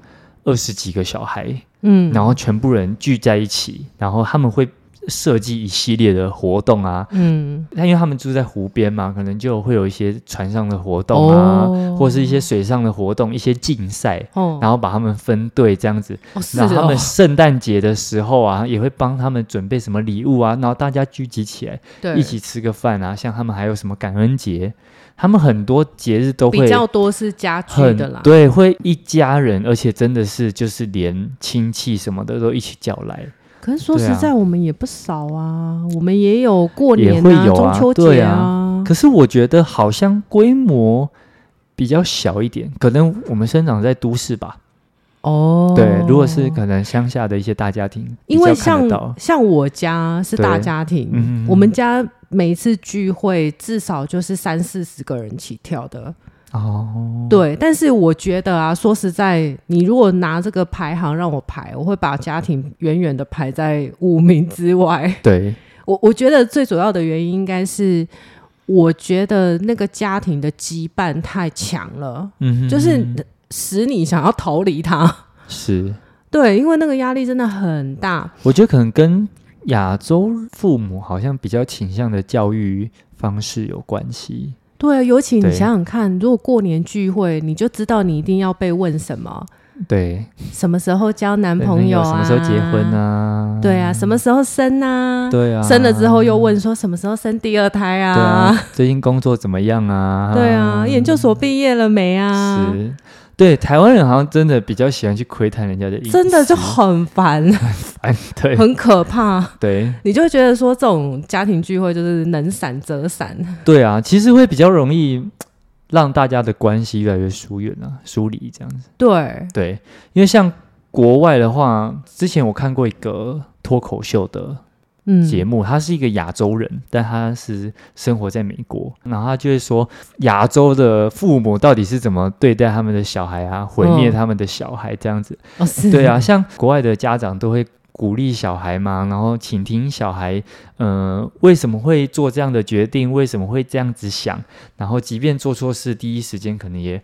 [SPEAKER 2] 二十几个小孩，
[SPEAKER 1] 嗯，
[SPEAKER 2] 然后全部人聚在一起，然后他们会设计一系列的活动啊。
[SPEAKER 1] 嗯，
[SPEAKER 2] 那因为他们住在湖边嘛，可能就会有一些船上的活动啊，
[SPEAKER 1] 哦
[SPEAKER 2] 或是一些水上的活动、一些竞赛，
[SPEAKER 1] 哦，
[SPEAKER 2] 然后把他们分队这样子。
[SPEAKER 1] 哦是
[SPEAKER 2] 然后他
[SPEAKER 1] 哦
[SPEAKER 2] 们，圣诞节的时候啊，也会帮他们准备什么礼物啊，然后大家聚集起来
[SPEAKER 1] 对，
[SPEAKER 2] 一起吃个饭啊。像他们还有什么感恩节，他们很多节日都
[SPEAKER 1] 比
[SPEAKER 2] 会
[SPEAKER 1] 较多是家居
[SPEAKER 2] 很
[SPEAKER 1] 的啦，
[SPEAKER 2] 对，会一家人，而且真的是就是连亲戚什么的都一起叫来，
[SPEAKER 1] 可是说
[SPEAKER 2] 对
[SPEAKER 1] 实
[SPEAKER 2] 啊
[SPEAKER 1] 在，我们也不少啊，我们也有过年
[SPEAKER 2] 也会有啊
[SPEAKER 1] 中秋
[SPEAKER 2] 对
[SPEAKER 1] 节
[SPEAKER 2] 啊
[SPEAKER 1] 啊，
[SPEAKER 2] 可是我觉得好像规模比较小一点，可能我们生长在都市吧。
[SPEAKER 1] 哦，
[SPEAKER 2] 对，如果是可能乡下的一些大家庭，
[SPEAKER 1] 因为
[SPEAKER 2] 比较看
[SPEAKER 1] 像
[SPEAKER 2] 得到
[SPEAKER 1] 像我家是大
[SPEAKER 2] 对
[SPEAKER 1] 家庭，
[SPEAKER 2] 嗯
[SPEAKER 1] 我们家每一次聚会至少就是三四十个人起跳的，
[SPEAKER 2] 哦，
[SPEAKER 1] 对。但是我觉得啊，说实在，你如果拿这个排行让我排，我会把家庭远远的排在五名之外。
[SPEAKER 2] 对
[SPEAKER 1] 我我觉得最主要的原因应该是，我觉得那个家庭的羁绊太强了。
[SPEAKER 2] 嗯哼，
[SPEAKER 1] 就是使你想要逃离它。
[SPEAKER 2] 是，
[SPEAKER 1] 对，因为那个压力真的很大。
[SPEAKER 2] 我觉得可能跟亚洲父母好像比较倾向的教育方式有关系。
[SPEAKER 1] 对，啊尤其你
[SPEAKER 2] 对
[SPEAKER 1] 想想看，如果过年聚会，你就知道你一定要被问什么，
[SPEAKER 2] 对，
[SPEAKER 1] 什么时候交男
[SPEAKER 2] 对
[SPEAKER 1] 朋
[SPEAKER 2] 那
[SPEAKER 1] 友
[SPEAKER 2] 个
[SPEAKER 1] 啊，
[SPEAKER 2] 什么时候结婚啊？
[SPEAKER 1] 对啊，什么时候生啊？
[SPEAKER 2] 对啊，
[SPEAKER 1] 生了之后又问说什么时候生第二胎
[SPEAKER 2] 对
[SPEAKER 1] 啊？
[SPEAKER 2] 啊，最近工作怎么样 啊？
[SPEAKER 1] 对啊，研究所毕业了没啊？
[SPEAKER 2] 是，对台湾人好像真的比较喜欢去窥探人家的隐私，
[SPEAKER 1] 真的就很烦，
[SPEAKER 2] 哎， 对
[SPEAKER 1] 很可怕。
[SPEAKER 2] 对
[SPEAKER 1] 你就会觉得说，这种家庭聚会就是能闪则闪。
[SPEAKER 2] 对啊，其实会比较容易让大家的关系越来越疏远啊，疏离这样子。
[SPEAKER 1] 对，
[SPEAKER 2] 对，因为像国外的话，之前我看过一个脱口秀的
[SPEAKER 1] 嗯，
[SPEAKER 2] 节目，他是一个亚洲人，但他是生活在美国，然后他就会说亚洲的父母到底是怎么对待他们的小孩啊，毁灭
[SPEAKER 1] 嗯
[SPEAKER 2] 他们的小孩这样子。
[SPEAKER 1] 哦是，
[SPEAKER 2] 对啊，，像国外的家长都会鼓励小孩嘛，然后倾听小孩，呃，为什么会做这样的决定，为什么会这样子想，然后即便做错事，第一时间可能也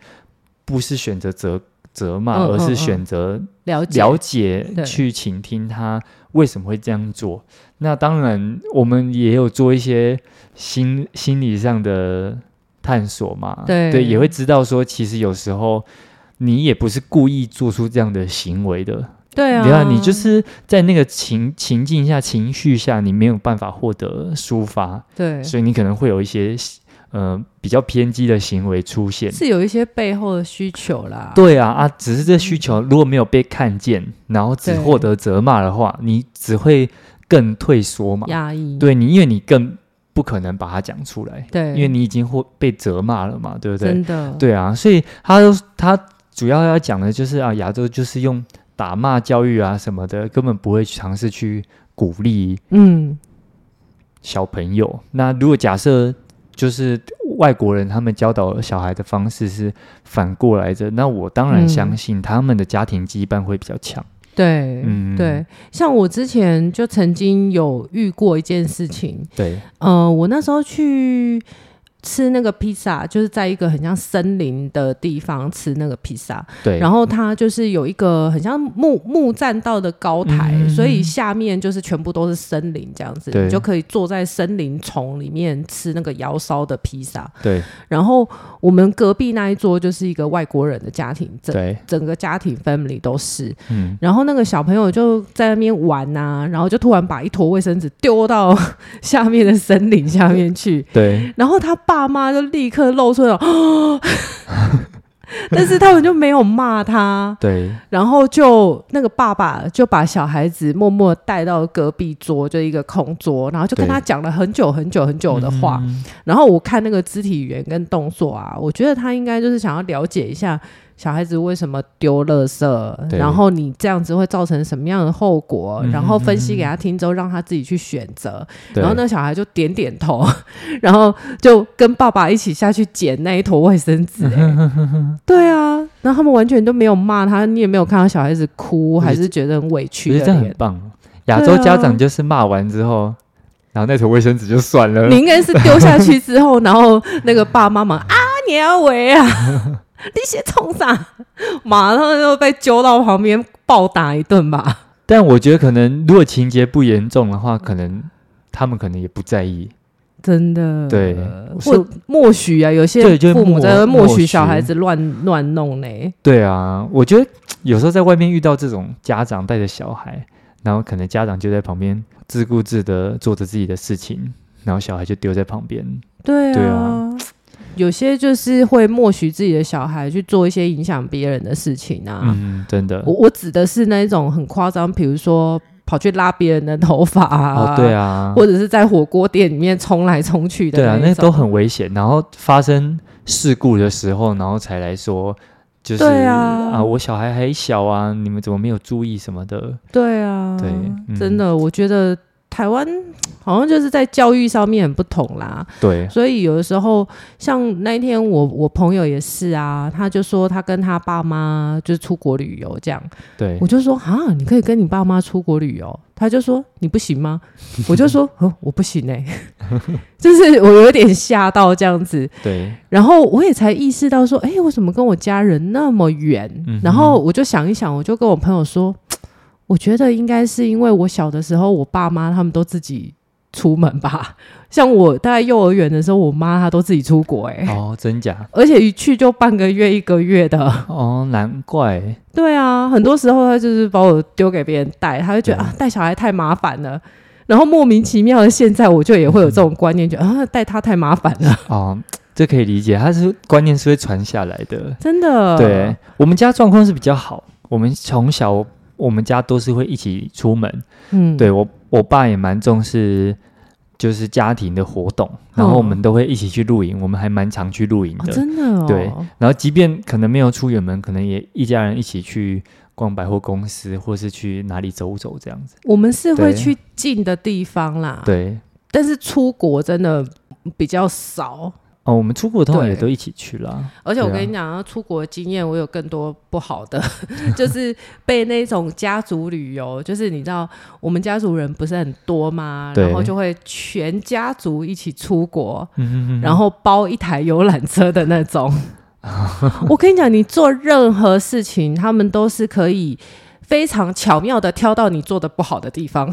[SPEAKER 2] 不是选择责责骂，
[SPEAKER 1] 嗯
[SPEAKER 2] 而
[SPEAKER 1] 嗯
[SPEAKER 2] 是
[SPEAKER 1] 嗯
[SPEAKER 2] 选择
[SPEAKER 1] 了解，
[SPEAKER 2] 了解
[SPEAKER 1] 对
[SPEAKER 2] 去倾听他为什么会这样做。那当然，我们也有做一些心心理上的探索嘛，
[SPEAKER 1] 对
[SPEAKER 2] 也会知道说，其实有时候你也不是故意做出这样的行为的，
[SPEAKER 1] 对啊，
[SPEAKER 2] 对啊，你就是在那个情情境下、情绪下，你没有办法获得抒发，
[SPEAKER 1] 对，
[SPEAKER 2] 所以你可能会有一些呃比较偏激的行为出现。
[SPEAKER 1] 是有一些背后的需求啦，
[SPEAKER 2] 对啊，啊，只是这需
[SPEAKER 1] 嗯
[SPEAKER 2] 求如果没有被看见，然后只获得责骂的话，你只会更退缩嘛。
[SPEAKER 1] 压抑，
[SPEAKER 2] 对你，因为你更不可能把它讲出来，
[SPEAKER 1] 对，
[SPEAKER 2] 因为你已经获被责骂了嘛，对不对？
[SPEAKER 1] 真的，
[SPEAKER 2] 对啊，所以他都他主要要讲的就是啊，亚洲就是用打骂教育啊什么的，根本不会尝试去鼓励
[SPEAKER 1] 嗯，
[SPEAKER 2] 小朋友。那如果假设就是外国人他们教导小孩的方式是反过来的，那我当然
[SPEAKER 1] 嗯
[SPEAKER 2] 相信他们的家庭羁绊会比较强。
[SPEAKER 1] 对，
[SPEAKER 2] 嗯
[SPEAKER 1] 对，像我之前就曾经有遇过一件事情，
[SPEAKER 2] 对，
[SPEAKER 1] 呃，我那时候去吃那个披萨，就是在一个很像森林的地方吃那个披萨，
[SPEAKER 2] 对，
[SPEAKER 1] 然后它就是有一个很像木木栈道的高台，
[SPEAKER 2] 嗯
[SPEAKER 1] 所以下面就是全部都是森林这样子，
[SPEAKER 2] 对
[SPEAKER 1] 你就可以坐在森林丛里面吃那个窑烧的披萨。
[SPEAKER 2] 对
[SPEAKER 1] 然后我们隔壁那一桌就是一个外国人的家庭，整
[SPEAKER 2] 对，
[SPEAKER 1] 整个家庭 family 都是，
[SPEAKER 2] 嗯，
[SPEAKER 1] 然后那个小朋友就在那边玩呐、然后就突然把一坨卫生纸丢到 下面的森林下面去，
[SPEAKER 2] 对
[SPEAKER 1] 然后他爸妈就立刻露出了， 但是他们就没有骂他，
[SPEAKER 2] 对
[SPEAKER 1] 然后就那个爸爸就把小孩子默默带到隔壁桌，就一个空桌，然后就跟
[SPEAKER 2] 对
[SPEAKER 1] 他讲了很久很久很久的话，
[SPEAKER 2] 嗯
[SPEAKER 1] 然后我看那个肢体语言跟动作啊，我觉得他应该就是想要了解一下小孩子为什么丢垃圾，
[SPEAKER 2] 对嗯
[SPEAKER 1] 然后你这样子会造成什么样的后果，然后分析给他听之后，让他自己去选择。
[SPEAKER 2] 对
[SPEAKER 1] 然后那小孩就点点头， 然后就跟爸爸一起下去捡那一坨卫生纸、 欸。对啊，然后他们完全都没有骂他，你也没有看到小孩子哭，还是觉得很委
[SPEAKER 2] 我
[SPEAKER 1] 屈
[SPEAKER 2] 觉
[SPEAKER 1] 的
[SPEAKER 2] 得这很
[SPEAKER 1] 脸。
[SPEAKER 2] 棒。亚
[SPEAKER 1] 对
[SPEAKER 2] 洲
[SPEAKER 1] 啊
[SPEAKER 2] 家长就是骂完之后，然后那坨卫生纸就算了
[SPEAKER 1] 你。应该是丢下去之后，然后那个爸妈忙啊，你要围 啊，你写冲啥？马上就被揪到旁边暴打一顿吧。
[SPEAKER 2] 但我觉得可能如果情节不严重的话，可能他们可能也不在意。
[SPEAKER 1] 真的，
[SPEAKER 2] 对
[SPEAKER 1] 或默许啊，有些
[SPEAKER 2] 对就是
[SPEAKER 1] 父母在那
[SPEAKER 2] 默
[SPEAKER 1] 默
[SPEAKER 2] 默许
[SPEAKER 1] 许小孩子乱乱弄呢。
[SPEAKER 2] 对啊，我觉得有时候在外面遇到这种家长带着小孩，然后可能家长就在旁边自顾自的做着自己的事情，然后小孩就丢在旁边。
[SPEAKER 1] 对
[SPEAKER 2] 对
[SPEAKER 1] 啊
[SPEAKER 2] 啊。
[SPEAKER 1] 有些就是会默许自己的小孩去做一些影响别人的事情啊。
[SPEAKER 2] 嗯，真的
[SPEAKER 1] 我。我指的是那一种很夸张，比如说跑去拉别人的头发啊，
[SPEAKER 2] 哦，对啊，
[SPEAKER 1] 或者是在火锅店里面冲来冲去的
[SPEAKER 2] 对啊，
[SPEAKER 1] 那
[SPEAKER 2] 那
[SPEAKER 1] 一种
[SPEAKER 2] 都很危险。然后发生事故的时候，然后才来说，就是
[SPEAKER 1] 对啊
[SPEAKER 2] 我小孩还小啊，你们怎么没有注意什么的？
[SPEAKER 1] 对啊，
[SPEAKER 2] 对嗯
[SPEAKER 1] 真的，我觉得台湾好像就是在教育上面很不同啦，
[SPEAKER 2] 对，
[SPEAKER 1] 所以有的时候像那一天我我朋友也是啊，他就说他跟他爸妈就是出国旅游这样，
[SPEAKER 2] 对
[SPEAKER 1] 我，就说啊，你可以跟你爸妈出国旅游，他就说你不行吗？ 我就说哦，我不行哎、 就是我有点吓到这样子，
[SPEAKER 2] 对，
[SPEAKER 1] 然后我也才意识到说，哎，为什么跟我家人那么远？
[SPEAKER 2] 嗯哼
[SPEAKER 1] 然后我就想一想，我就跟我朋友说，我觉得应该是因为我小的时候，我爸妈他们都自己出门吧。 像我大概幼儿园的时候，我妈她都自己出国、哎、
[SPEAKER 2] 哦，真假？
[SPEAKER 1] 而且一去就半个月、一个月的。
[SPEAKER 2] 哦，难怪。
[SPEAKER 1] 对啊，很多时候她就是把我丢给别人带，她就觉得啊，带小孩太麻烦了。然后莫名其妙的，现在我就也会有这种观念，觉得啊，带他太麻烦了，
[SPEAKER 2] 哦，这可以理解，他是观念是会传下来的。
[SPEAKER 1] 真的。
[SPEAKER 2] 对，我们家状况是比较好，我们从小我们家都是会一起出门。
[SPEAKER 1] 嗯，
[SPEAKER 2] 对我，我爸也蛮重视就是家庭的活动，然后我们都会一起去露营，我们还蛮常去露营
[SPEAKER 1] 嗯哦，
[SPEAKER 2] 的。
[SPEAKER 1] 真的哦，
[SPEAKER 2] 对，然后即便可能没有出远门，可能也一家人一起去逛百货公司，或是去哪里走走这样子。
[SPEAKER 1] 我们是
[SPEAKER 2] 对
[SPEAKER 1] 会去近的地方啦，，
[SPEAKER 2] 对，
[SPEAKER 1] 但是出国真的比较少。
[SPEAKER 2] 哦，我们出国通常也
[SPEAKER 1] 对
[SPEAKER 2] 都一起去啦。
[SPEAKER 1] 而且我
[SPEAKER 2] 对啊
[SPEAKER 1] 跟你讲，啊、出国经验我有更多不好 的，就是被那种家族旅游，就是你知道我们家族人不是很多嘛，
[SPEAKER 2] 对
[SPEAKER 1] 然后就会全家族一起出国，
[SPEAKER 2] 嗯嗯嗯，
[SPEAKER 1] 然后包一台游览车的那 种。我跟你讲，你做任何事情，他们都是可以非常巧妙的挑到你做的不好的地方。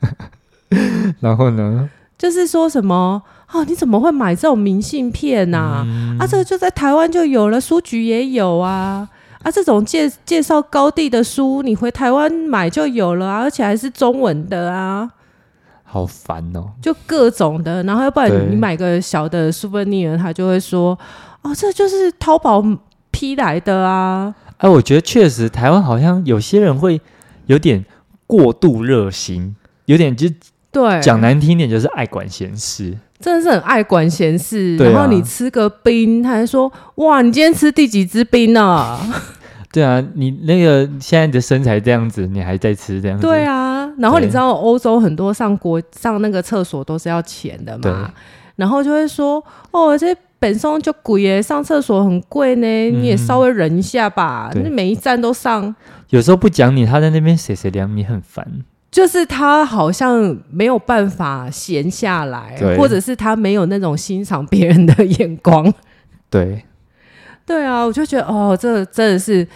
[SPEAKER 1] 嗯
[SPEAKER 2] 然后呢？
[SPEAKER 1] 就是说什么啊？你怎么会买这种明信片呐、啊？
[SPEAKER 2] 嗯
[SPEAKER 1] 这个就在台湾就有了，书局也有啊。啊，这种介介绍高地的书，你回台湾买就有了啊，而且还是中文的啊，
[SPEAKER 2] 好烦哦。
[SPEAKER 1] 就各种的。然后要不
[SPEAKER 2] 对
[SPEAKER 1] 然你买个小的 souvenir，他就会说，哦，这就是淘宝批来的啊。
[SPEAKER 2] 哎，我觉得确实台湾好像有些人会有点过度热心，有点就是
[SPEAKER 1] 对，
[SPEAKER 2] 讲难听一点就是爱管闲事。
[SPEAKER 1] 真的是很爱管闲事。
[SPEAKER 2] 对啊
[SPEAKER 1] 然后你吃个冰，他还说，哇，你今天吃第几支冰呢、啊？
[SPEAKER 2] 对啊，你那个现在你的身材这样子，你还在吃这样子？
[SPEAKER 1] 对啊。然后你
[SPEAKER 2] 嗯对
[SPEAKER 1] 知道欧洲很多上国上那个厕所都是要钱的
[SPEAKER 2] 对
[SPEAKER 1] 嘛？然后就会说：“哦，这本松就贵耶，上厕所很贵呢，你也稍微忍一下吧。
[SPEAKER 2] 嗯对
[SPEAKER 1] 那每一站都上，
[SPEAKER 2] 有时候不讲你，他在那边谁谁凉，你很烦。
[SPEAKER 1] 就是他好像没有办法闲下来
[SPEAKER 2] 对，
[SPEAKER 1] 或者是他没有那种欣赏别人的眼光。
[SPEAKER 2] 对，
[SPEAKER 1] 对啊，我就觉得哦，这真的是。”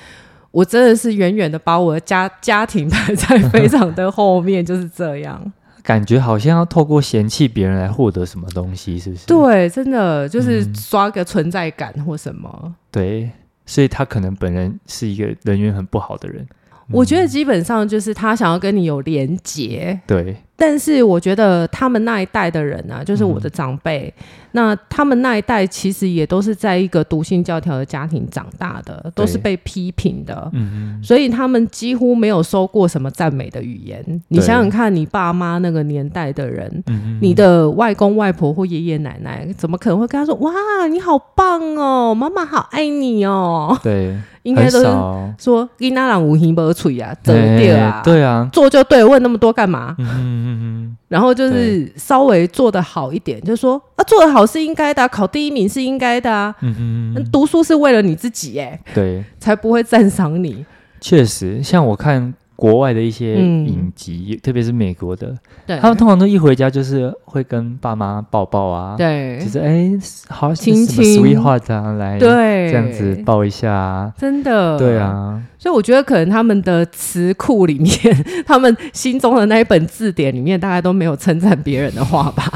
[SPEAKER 1] 我真的是远远的把我的家家庭排在非常的后面，就是这样。
[SPEAKER 2] 感觉好像要透过嫌弃别人来获得什么东西，是不是？
[SPEAKER 1] 对，真的就是
[SPEAKER 2] 嗯
[SPEAKER 1] 刷个存在感或什么。
[SPEAKER 2] 对，所以他可能本人是一个人缘很不好的人。嗯
[SPEAKER 1] 我觉得基本上就是他想要跟你有连结，
[SPEAKER 2] 对，
[SPEAKER 1] 但是我觉得他们那一代的人啊，就是我的长辈，
[SPEAKER 2] 嗯
[SPEAKER 1] 那他们那一代其实也都是在一个独信教条的家庭长大的，都是被批评的。
[SPEAKER 2] 嗯，
[SPEAKER 1] 所以他们几乎没有收过什么赞美的语言。你想想看，你爸妈那个年代的人，
[SPEAKER 2] 嗯
[SPEAKER 1] 你的外公外婆或爷爷奶奶，怎么可能会跟他说：“哇，你好棒哦，妈妈好爱你哦
[SPEAKER 2] 对，？”
[SPEAKER 1] 应该都是
[SPEAKER 2] 很少
[SPEAKER 1] 说：“你那人无形无嘴啊，怎掉啊？”
[SPEAKER 2] 哎对啊，
[SPEAKER 1] 做就对，问那么多干嘛？
[SPEAKER 2] 嗯嗯嗯
[SPEAKER 1] 然后就是稍微做的好一点，就说啊，做的好是应该的啊、考第一名是应该的啊。
[SPEAKER 2] 嗯嗯嗯，
[SPEAKER 1] 读书是为了你自己哎，
[SPEAKER 2] 对，
[SPEAKER 1] 才不会赞赏你。
[SPEAKER 2] 嗯确实，像我看国外的一些
[SPEAKER 1] 嗯
[SPEAKER 2] 影集，特别是美国的，
[SPEAKER 1] 对，
[SPEAKER 2] 他们通常都一回家就是会跟爸妈抱抱啊，，
[SPEAKER 1] 对
[SPEAKER 2] 就是哎，好
[SPEAKER 1] 亲
[SPEAKER 2] 什么
[SPEAKER 1] 亲
[SPEAKER 2] sweetheart 啊，来，，
[SPEAKER 1] 对呃
[SPEAKER 2] 这样子，抱一下啊，
[SPEAKER 1] 真的
[SPEAKER 2] 对。啊，
[SPEAKER 1] 所以我觉得可能他们的词库里面， 他们心中的那一本字典里面，大概都没有称赞别人的话吧。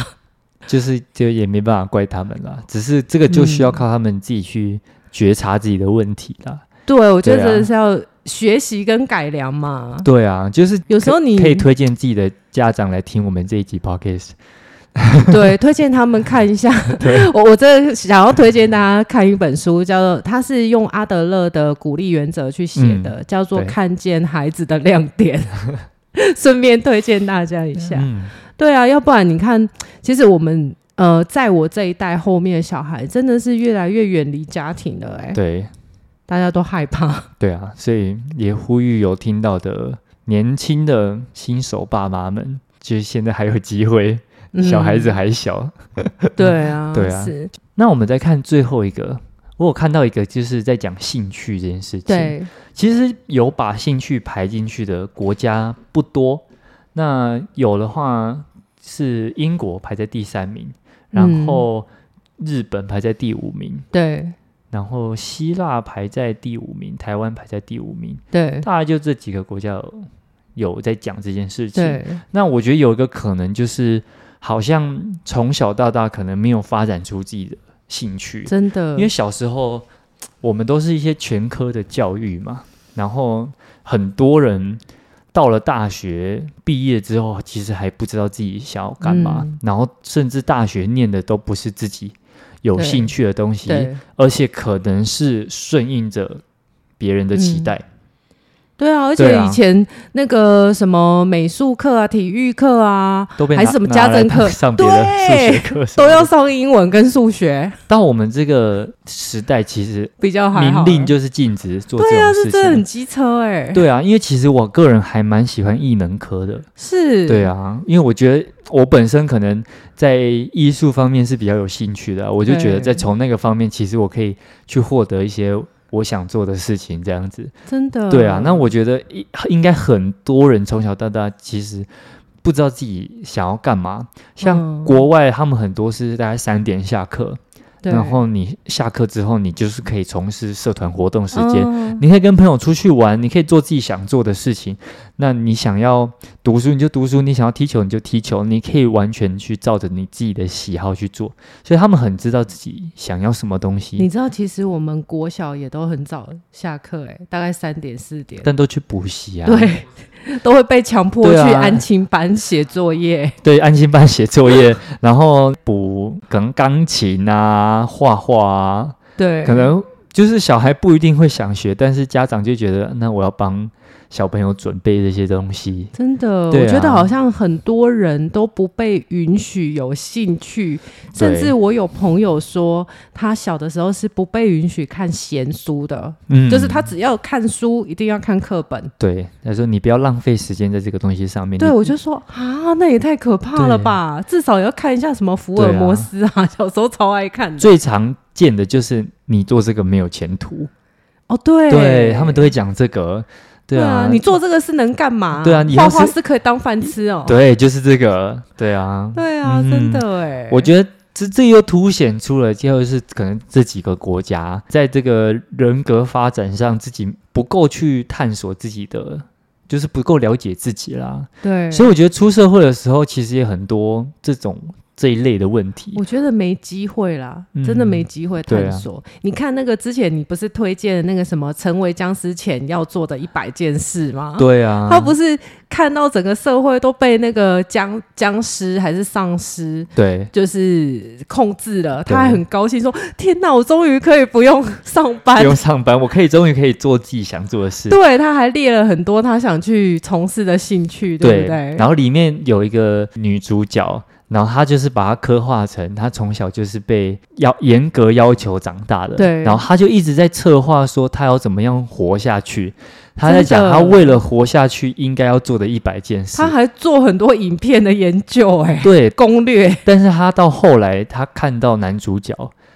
[SPEAKER 2] 就是就也没办法怪他们啦，只是这个就需要
[SPEAKER 1] 嗯
[SPEAKER 2] 靠他们自己去觉察自己的问题啦。
[SPEAKER 1] 对，我觉得
[SPEAKER 2] 对啊
[SPEAKER 1] 真的是要学习跟改良嘛。
[SPEAKER 2] 对啊，就是
[SPEAKER 1] 有时候你
[SPEAKER 2] 可以推荐自己的家长来听我们这一集 podcast。
[SPEAKER 1] 对，推荐他们看一 下。我我真的想要推荐大家看一本书，叫做它是用阿德勒的鼓励原则去写的，叫做
[SPEAKER 2] 嗯对
[SPEAKER 1] 《看见孩子的亮 点》。顺便推荐大家一下。
[SPEAKER 2] 嗯，
[SPEAKER 1] 对啊，要不然你看，其实我们呃，在我这一代后面的小孩真的是越来越远离家庭了、哎，
[SPEAKER 2] 对
[SPEAKER 1] 大家都害怕。
[SPEAKER 2] 对啊，所以也呼吁有听到的年轻的新手爸妈们，就是现在还有机会，
[SPEAKER 1] 嗯
[SPEAKER 2] 小孩子还小。
[SPEAKER 1] 对啊，
[SPEAKER 2] 对啊
[SPEAKER 1] 是，
[SPEAKER 2] 那我们再看最后一个，我有看到一个就是在讲兴趣这件事情。
[SPEAKER 1] 对，
[SPEAKER 2] 其实有把兴趣排进去的国家不多，那有的话是英国排在第三名，然后日本排在第五名，
[SPEAKER 1] 嗯对，
[SPEAKER 2] 然后希腊排在第五名，台湾排在第五名，
[SPEAKER 1] 对，
[SPEAKER 2] 大概就这几个国家有有在讲这件事情。
[SPEAKER 1] 对，
[SPEAKER 2] 那我觉得有一个可能就是，好像从小到大可能没有发展出自己的兴趣，
[SPEAKER 1] 真的，
[SPEAKER 2] 因为小时候我们都是一些全科的教育嘛，然后很多人到了大学毕业之后，其实还不知道自己想要干嘛，
[SPEAKER 1] 嗯
[SPEAKER 2] 然后甚至大学念的都不是自己有
[SPEAKER 1] 对
[SPEAKER 2] 兴趣的东西，
[SPEAKER 1] 对。嗯
[SPEAKER 2] 而且可能是顺应着别人的期待。
[SPEAKER 1] 对啊，而
[SPEAKER 2] 对
[SPEAKER 1] 且
[SPEAKER 2] 啊
[SPEAKER 1] 以前那个什么美术课啊、体育课啊，
[SPEAKER 2] 都被
[SPEAKER 1] 还
[SPEAKER 2] 拿
[SPEAKER 1] 是什么
[SPEAKER 2] 拿
[SPEAKER 1] 家
[SPEAKER 2] 来
[SPEAKER 1] 政
[SPEAKER 2] 当
[SPEAKER 1] 课
[SPEAKER 2] 上别的数
[SPEAKER 1] 对
[SPEAKER 2] 学课什
[SPEAKER 1] 都
[SPEAKER 2] 么的
[SPEAKER 1] 要上英文跟数学，
[SPEAKER 2] 到我们这个时代，其实
[SPEAKER 1] 比较还好
[SPEAKER 2] 明
[SPEAKER 1] 啊。
[SPEAKER 2] 令就是禁止做这
[SPEAKER 1] 对啊，这
[SPEAKER 2] 种事
[SPEAKER 1] 真的很机
[SPEAKER 2] 情。
[SPEAKER 1] 车哎、
[SPEAKER 2] 对啊，因为其实我个人还蛮喜欢艺能科的。
[SPEAKER 1] 是，
[SPEAKER 2] 对啊，因为我觉得我本身可能在艺术方面是比较有兴趣的啊、我就觉得
[SPEAKER 1] 对
[SPEAKER 2] 在从那个方面，其实我可以去获得一些我想做的事情，这样子。
[SPEAKER 1] 真的。
[SPEAKER 2] 对啊，那我觉得应应该很多人从小到大其实不知道自己想要干嘛。像
[SPEAKER 1] 嗯
[SPEAKER 2] 国外他们很多是大概三点下课，
[SPEAKER 1] 对
[SPEAKER 2] 然后你下课之后，你就是可以从事社团活动时间。
[SPEAKER 1] 嗯
[SPEAKER 2] 你可以跟朋友出去玩，你可以做自己想做的事情。那你想要读书你就读书，你想要踢球你就踢球，你可以完全去照着你自己的喜好去做。所以他们很知道自己想要什么东
[SPEAKER 1] 你
[SPEAKER 2] 西，
[SPEAKER 1] 知道，其实我们国小也都很早下课哎、大概三点四点，
[SPEAKER 2] 但都去补习啊。
[SPEAKER 1] 对， 都会被强迫
[SPEAKER 2] 对
[SPEAKER 1] 去
[SPEAKER 2] 啊
[SPEAKER 1] 安亲班写作业。
[SPEAKER 2] 对，安心班写作业，然后补可能钢琴啊、画画啊，
[SPEAKER 1] 对，
[SPEAKER 2] 可能就是小孩不一定会想学，但是家长就觉得那我要帮小朋友准备这些东西。
[SPEAKER 1] 真的，
[SPEAKER 2] 对啊
[SPEAKER 1] 我觉得好像很多人都不被允许有兴趣，
[SPEAKER 2] 对
[SPEAKER 1] 甚至我有朋友说，他小的时候是不被允许看闲书的，
[SPEAKER 2] 嗯
[SPEAKER 1] 就是他只要看书，一定要看课本。
[SPEAKER 2] 对他说：“你不要浪费时间在这个东西上面。你”
[SPEAKER 1] 对，我就说啊，那也太可怕了吧！至少也要看一下什么福尔摩斯啊，小时候超爱看的。
[SPEAKER 2] 最常见的就是你做这个没有前途，
[SPEAKER 1] 哦，对，
[SPEAKER 2] 对他们都会讲这个。
[SPEAKER 1] 对
[SPEAKER 2] 啊，
[SPEAKER 1] 你做这个是能干嘛？
[SPEAKER 2] 对啊以后
[SPEAKER 1] 画
[SPEAKER 2] 是
[SPEAKER 1] 画是可以当饭吃哦。
[SPEAKER 2] 对啊就是这个，对啊。
[SPEAKER 1] 对啊，
[SPEAKER 2] 嗯
[SPEAKER 1] 真的哎，
[SPEAKER 2] 我觉得这这又凸显出了，就是可能这几个国家在这个人格发展上，自己不够去探索自己的，就是不够了解自己啦。
[SPEAKER 1] 对，
[SPEAKER 2] 所以我觉得出社会的时候，其实也很多这种这一类的问题
[SPEAKER 1] 我。觉得没机会啦，
[SPEAKER 2] 嗯
[SPEAKER 1] 真的没机会
[SPEAKER 2] 对
[SPEAKER 1] 探
[SPEAKER 2] 啊
[SPEAKER 1] 索。你看那个之前你不是推荐的那个什么成为僵尸前要做的一百件事吗？、
[SPEAKER 2] 对啊，
[SPEAKER 1] 他不是看到整个社会都被那个僵僵尸还是丧尸。
[SPEAKER 2] 对
[SPEAKER 1] 就是控制了，
[SPEAKER 2] 对
[SPEAKER 1] 他还很高兴说：“天哪，我终于可以不用上班
[SPEAKER 2] 不。用上班，我可以终于可以做自己想做的”事。
[SPEAKER 1] 对，他还列了很多他想去从事的兴趣，对不对？
[SPEAKER 2] 然后里面有一个女主角，然后她就是把她刻画成她从小就是被要严格要求长大的，
[SPEAKER 1] 对
[SPEAKER 2] 然后她就一直在策划说她要怎么样活下去，她在
[SPEAKER 1] 真
[SPEAKER 2] 讲
[SPEAKER 1] 的
[SPEAKER 2] 她为了活下去应该要做的一百件事
[SPEAKER 1] 他。还做很多影片的研究、哎，
[SPEAKER 2] 对，
[SPEAKER 1] 攻略。
[SPEAKER 2] 但是她到后来，她看到男主角，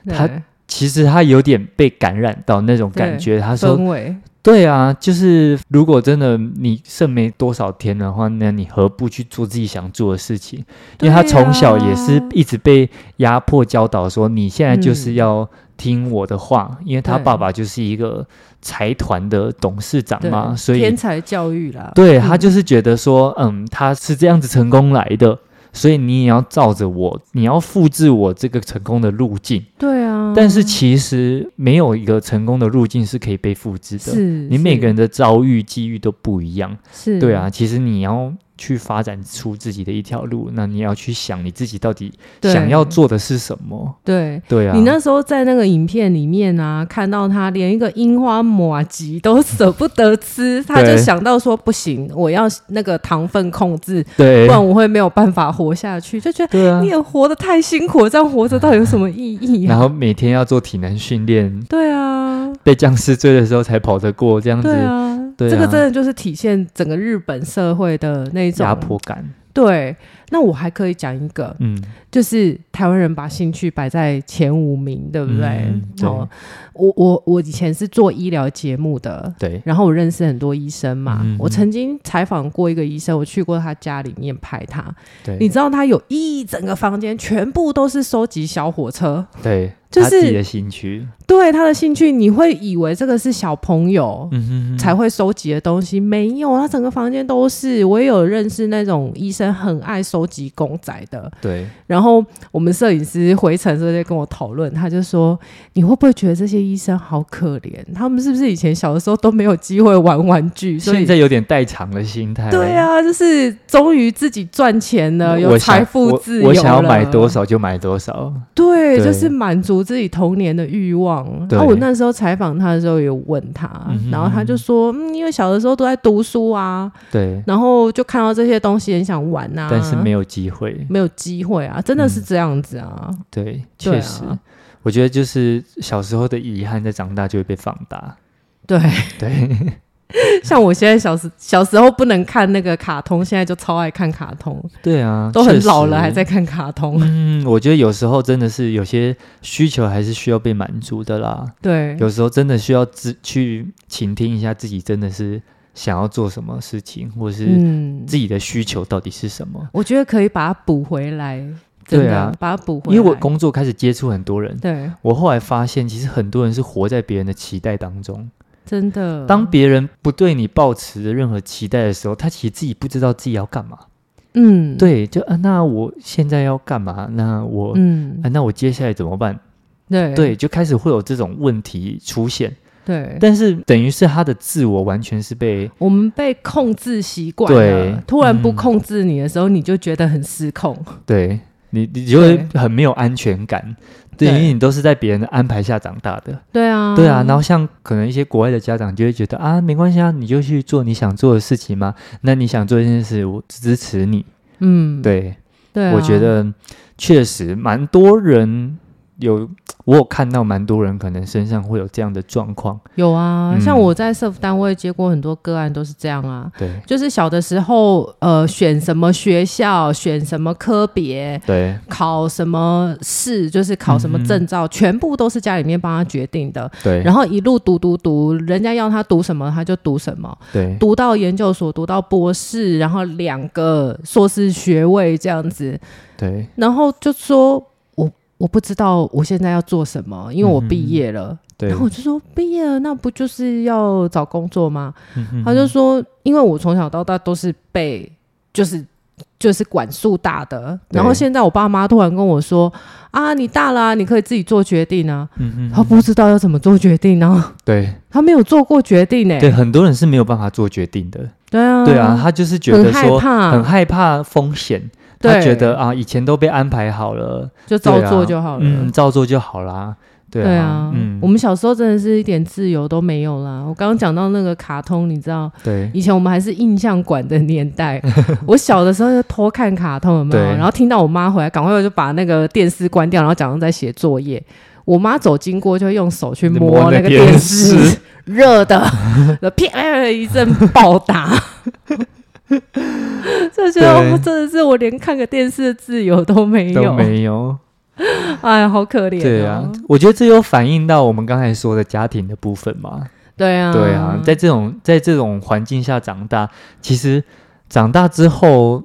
[SPEAKER 2] 他
[SPEAKER 1] 对
[SPEAKER 2] 其实她有点被感染到那种感
[SPEAKER 1] 对
[SPEAKER 2] 觉。她说：“
[SPEAKER 1] 氛围，
[SPEAKER 2] 对啊，就是如果真的你剩没多少天的话，那你何不去做自己想做的事情？因为他
[SPEAKER 1] 对
[SPEAKER 2] 从小也
[SPEAKER 1] 啊
[SPEAKER 2] 是一直被压迫教导说，你现在
[SPEAKER 1] 嗯
[SPEAKER 2] 就是要听我的话，因为他
[SPEAKER 1] 对
[SPEAKER 2] 爸爸就是一个财团的董事长
[SPEAKER 1] 对
[SPEAKER 2] 嘛，所以
[SPEAKER 1] 天才教育啦，
[SPEAKER 2] 对他就是觉得说，嗯，他是这样子成功来的。所以你也要照着我，你要复制我这个成功的路径，
[SPEAKER 1] 对啊，
[SPEAKER 2] 但是其实没有一个成功的路径是可以被复制的。
[SPEAKER 1] 是
[SPEAKER 2] 你每个人的遭遇、机遇都不一样，
[SPEAKER 1] 是
[SPEAKER 2] 对啊，，其实你要去发展出自己的一条路，那你要去想你自己到底
[SPEAKER 1] 对
[SPEAKER 2] 想要做的是什么，
[SPEAKER 1] 对。
[SPEAKER 2] 对啊，
[SPEAKER 1] 你那时候在那个影片里面啊，看到他连一个樱花马吉都舍不得吃，他就想到说不行，我要那个糖分控制，不
[SPEAKER 2] 对
[SPEAKER 1] 然我会没有办法活下去。就觉得
[SPEAKER 2] 对啊
[SPEAKER 1] 你，也活得太辛苦了，这样活着到底有什么意义
[SPEAKER 2] 然
[SPEAKER 1] 啊？
[SPEAKER 2] 后每天要做体能训练，
[SPEAKER 1] 对啊，
[SPEAKER 2] 被僵尸追的时候才跑得过，这样
[SPEAKER 1] 对
[SPEAKER 2] 子
[SPEAKER 1] 啊，
[SPEAKER 2] 对啊
[SPEAKER 1] 这个真的就是体现整个日本社会的那种
[SPEAKER 2] 压迫感，
[SPEAKER 1] 对，那我还可以讲一个，
[SPEAKER 2] 嗯，
[SPEAKER 1] 就是台湾人把兴趣摆在前五名，对不对？
[SPEAKER 2] 嗯对
[SPEAKER 1] 哦，我我我以前是做医疗节目的，
[SPEAKER 2] 对，
[SPEAKER 1] 然后我认识很多医生嘛，
[SPEAKER 2] 嗯
[SPEAKER 1] 我曾经采访过一个医生，我去过他家里面拍他，你
[SPEAKER 2] 对，
[SPEAKER 1] 知道他有一整个房间全部都是收集小火车，
[SPEAKER 2] 对，
[SPEAKER 1] 就是
[SPEAKER 2] 他自己的兴趣，
[SPEAKER 1] 对他的兴趣，你会以为这个是小朋友。
[SPEAKER 2] 嗯哼哼，
[SPEAKER 1] 才会收集的东西没有，他整个房间都是。我也有认识那种医生，很爱收集公仔的，
[SPEAKER 2] 对，
[SPEAKER 1] 然后我们摄影师回程的时候就跟我讨论，他就说：“你会不会觉得这些医生好可怜？他们是不是以前小的时候都没有机会玩玩具？所
[SPEAKER 2] 现
[SPEAKER 1] 以
[SPEAKER 2] 在有点代偿的心态，
[SPEAKER 1] 对。啊，就是终于自己赚钱了，有
[SPEAKER 2] 我想
[SPEAKER 1] 财富自由
[SPEAKER 2] 我，我想要
[SPEAKER 1] 了
[SPEAKER 2] 买多？少就买多少，
[SPEAKER 1] 对，
[SPEAKER 2] 对
[SPEAKER 1] 就是满足自己童年的欲望。
[SPEAKER 2] 对
[SPEAKER 1] 然后我那时候采访他的时候有问他，
[SPEAKER 2] 嗯哼
[SPEAKER 1] 然后他就说、嗯，因为小的时候都在读书啊，
[SPEAKER 2] 对，
[SPEAKER 1] 然后就看到这些东西很想玩啊，
[SPEAKER 2] 但是没有嗯机会。
[SPEAKER 1] 没有机会啊，真的是这样子啊。
[SPEAKER 2] 对，
[SPEAKER 1] 对
[SPEAKER 2] 确
[SPEAKER 1] 啊
[SPEAKER 2] 实，我觉得就是小时候的遗憾，在长大就会被放大。
[SPEAKER 1] 对，
[SPEAKER 2] 对，
[SPEAKER 1] 像我现在小时小时候不能看那个卡通，现在就超爱看卡通，
[SPEAKER 2] 对啊，
[SPEAKER 1] 都很
[SPEAKER 2] 确实
[SPEAKER 1] 老了还在。看卡 通。
[SPEAKER 2] 嗯，我觉得有时候真的是有些需求还是需要被满足的啦。
[SPEAKER 1] 对，
[SPEAKER 2] 有时候真的需要自去倾听一下自己真的是想要做什么事情，或是
[SPEAKER 1] 嗯，
[SPEAKER 2] 自己的需求到底是什么。
[SPEAKER 1] 我觉得可以把它补回来，真
[SPEAKER 2] 对
[SPEAKER 1] 的、
[SPEAKER 2] 啊
[SPEAKER 1] 把它补回
[SPEAKER 2] 因
[SPEAKER 1] 来。
[SPEAKER 2] 为我工作开始接触很多人，
[SPEAKER 1] 对，
[SPEAKER 2] 我后来发现，其实很多人是活在别人的期待当中。
[SPEAKER 1] 真的
[SPEAKER 2] 当别人不对你抱持着任何期待的时候，他其实自己不知道自己要干嘛。
[SPEAKER 1] 嗯，，
[SPEAKER 2] 对，就啊，那我现在要干嘛？那我、
[SPEAKER 1] 嗯
[SPEAKER 2] 啊，，那我接下来怎么办？
[SPEAKER 1] 对
[SPEAKER 2] 对，就开始会有这种问题出现。
[SPEAKER 1] 对，
[SPEAKER 2] 但是等于是他的自我完全是被
[SPEAKER 1] 我们被控制习惯了
[SPEAKER 2] 对，
[SPEAKER 1] 突然不
[SPEAKER 2] 嗯
[SPEAKER 1] 控制你的时候，你就觉得很失控。
[SPEAKER 2] 对你，你就会
[SPEAKER 1] 对
[SPEAKER 2] 很没有安全感。对，
[SPEAKER 1] 对
[SPEAKER 2] 因为你都是在别人的安排下长大的。
[SPEAKER 1] 对啊，
[SPEAKER 2] 对啊，然后像可能一些国外的家长就会觉得啊，没关系啊，你就去做你想做的事情嘛。那你想做一件事，我支持你。
[SPEAKER 1] 嗯，
[SPEAKER 2] 对，
[SPEAKER 1] 对啊，
[SPEAKER 2] 我觉得确实蛮多人有，我有看到蛮多人可能身上会有这样的状况。
[SPEAKER 1] 有啊，
[SPEAKER 2] 嗯
[SPEAKER 1] 像我在社服单位接过很多个案，都是这样啊。
[SPEAKER 2] 对
[SPEAKER 1] 就是小的时候，呃，选什么学校，选什么科别，
[SPEAKER 2] 对
[SPEAKER 1] 考什么试，就是考什么证照，全部都是家里面帮他决定的。
[SPEAKER 2] 嗯对，
[SPEAKER 1] 然
[SPEAKER 2] 后
[SPEAKER 1] 后一路读读读，人家要他读什么他就读什么。
[SPEAKER 2] 对
[SPEAKER 1] 读到研究所，读到博士，然后两个硕士学位这样子，
[SPEAKER 2] 对
[SPEAKER 1] 然后就说我我不知道我现在要做什么，因为
[SPEAKER 2] 嗯
[SPEAKER 1] 我毕业了。
[SPEAKER 2] 对嗯
[SPEAKER 1] 然后，我就说毕业了，那不就是要找工作吗？
[SPEAKER 2] 嗯哼
[SPEAKER 1] 他就说，因为我从小到大都是被就是。就是管束大的，
[SPEAKER 2] 对
[SPEAKER 1] 然后现在我爸妈突然跟我说：“啊，你大了啊、你可以自己做决定啊。
[SPEAKER 2] 嗯
[SPEAKER 1] 他
[SPEAKER 2] 哼，
[SPEAKER 1] 不知道要怎么做决定，然后
[SPEAKER 2] 对
[SPEAKER 1] 他没有做过决定呢、
[SPEAKER 2] 对，很多人是没有办法做决定的。
[SPEAKER 1] 对啊，
[SPEAKER 2] 对啊，，他就是觉得
[SPEAKER 1] 很害
[SPEAKER 2] 说
[SPEAKER 1] 怕
[SPEAKER 2] 很害怕风险，他
[SPEAKER 1] 对
[SPEAKER 2] 觉得啊，以前都被安排好了，
[SPEAKER 1] 就照
[SPEAKER 2] 对
[SPEAKER 1] 做
[SPEAKER 2] 啊
[SPEAKER 1] 就好了。
[SPEAKER 2] 嗯，照做就好啦。对
[SPEAKER 1] 对啊，
[SPEAKER 2] 嗯，
[SPEAKER 1] 我们小时候真的是一点自由都没有啦。我刚刚讲到那个卡通，你知道，
[SPEAKER 2] 对
[SPEAKER 1] 以前我们还是印象馆的年代， 我小的时候就偷看卡通，有没有？
[SPEAKER 2] 对
[SPEAKER 1] 然后听到我妈回来，赶快我就把那个电视关掉，然后假装在写作业。我妈走经过就会用手去摸
[SPEAKER 2] 摸那
[SPEAKER 1] 个
[SPEAKER 2] 电
[SPEAKER 1] 电视
[SPEAKER 2] 视，
[SPEAKER 1] 热的， 然后啪一阵暴打。 就觉得
[SPEAKER 2] 对
[SPEAKER 1] 哦真的是我连看个电视的自由都没
[SPEAKER 2] 都
[SPEAKER 1] 有，
[SPEAKER 2] 没有。
[SPEAKER 1] 哎呀，好可怜、哦。
[SPEAKER 2] 对啊，我觉得这又反映到我们刚才说的家庭的部分嘛。
[SPEAKER 1] 对啊，
[SPEAKER 2] 对啊，在这种在这种环境下长大，其实长大之后，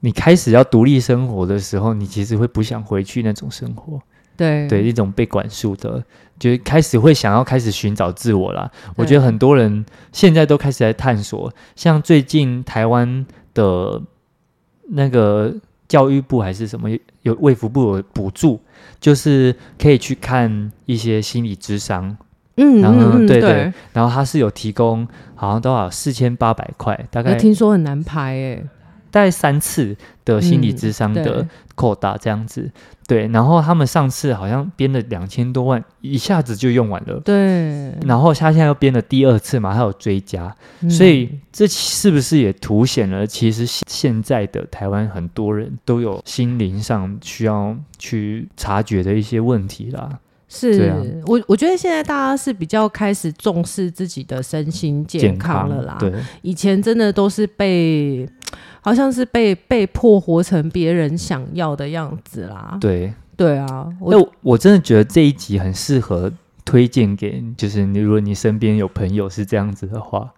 [SPEAKER 2] 你开始要独立生活的时候，你其实会不想回去那种生活。
[SPEAKER 1] 对
[SPEAKER 2] 对一种被管束的，就是开始会想要开始寻找自我啦。我觉
[SPEAKER 1] 对
[SPEAKER 2] 得很多人现在都开始在探索，像最近台湾的那个教育部还是什么有卫福部有补助，就是可以去看一些心理智商，
[SPEAKER 1] 嗯
[SPEAKER 2] 然后
[SPEAKER 1] 嗯嗯，
[SPEAKER 2] 对
[SPEAKER 1] 对
[SPEAKER 2] 对，然后它是有提供好像多少四千八百块，大
[SPEAKER 1] 那
[SPEAKER 2] 概
[SPEAKER 1] 哎听说很难哎排诶，
[SPEAKER 2] 大概三次的心理
[SPEAKER 1] 嗯
[SPEAKER 2] 智商的
[SPEAKER 1] 对
[SPEAKER 2] 扣打这样子。对，然后他们上次好像编了两千多万，一下子就用完了。
[SPEAKER 1] 对，
[SPEAKER 2] 然后他现在又编了第二次嘛，还有追加，
[SPEAKER 1] 嗯
[SPEAKER 2] 所以这是不是也凸显了其实现现在的台湾很多人都有心灵上需要去察觉的一些问题啦？对
[SPEAKER 1] 是
[SPEAKER 2] 啊
[SPEAKER 1] 我我觉得现在大家是比较开始重视自己的身心健康了啦。
[SPEAKER 2] 对
[SPEAKER 1] 以前真的都是被好像是被被迫活成别人想要的样子啦。
[SPEAKER 2] 对，
[SPEAKER 1] 对啊，
[SPEAKER 2] 哎
[SPEAKER 1] 我
[SPEAKER 2] 我我真的觉得这一集很适合推荐给，就是你如果你身边有朋友是这样子的话，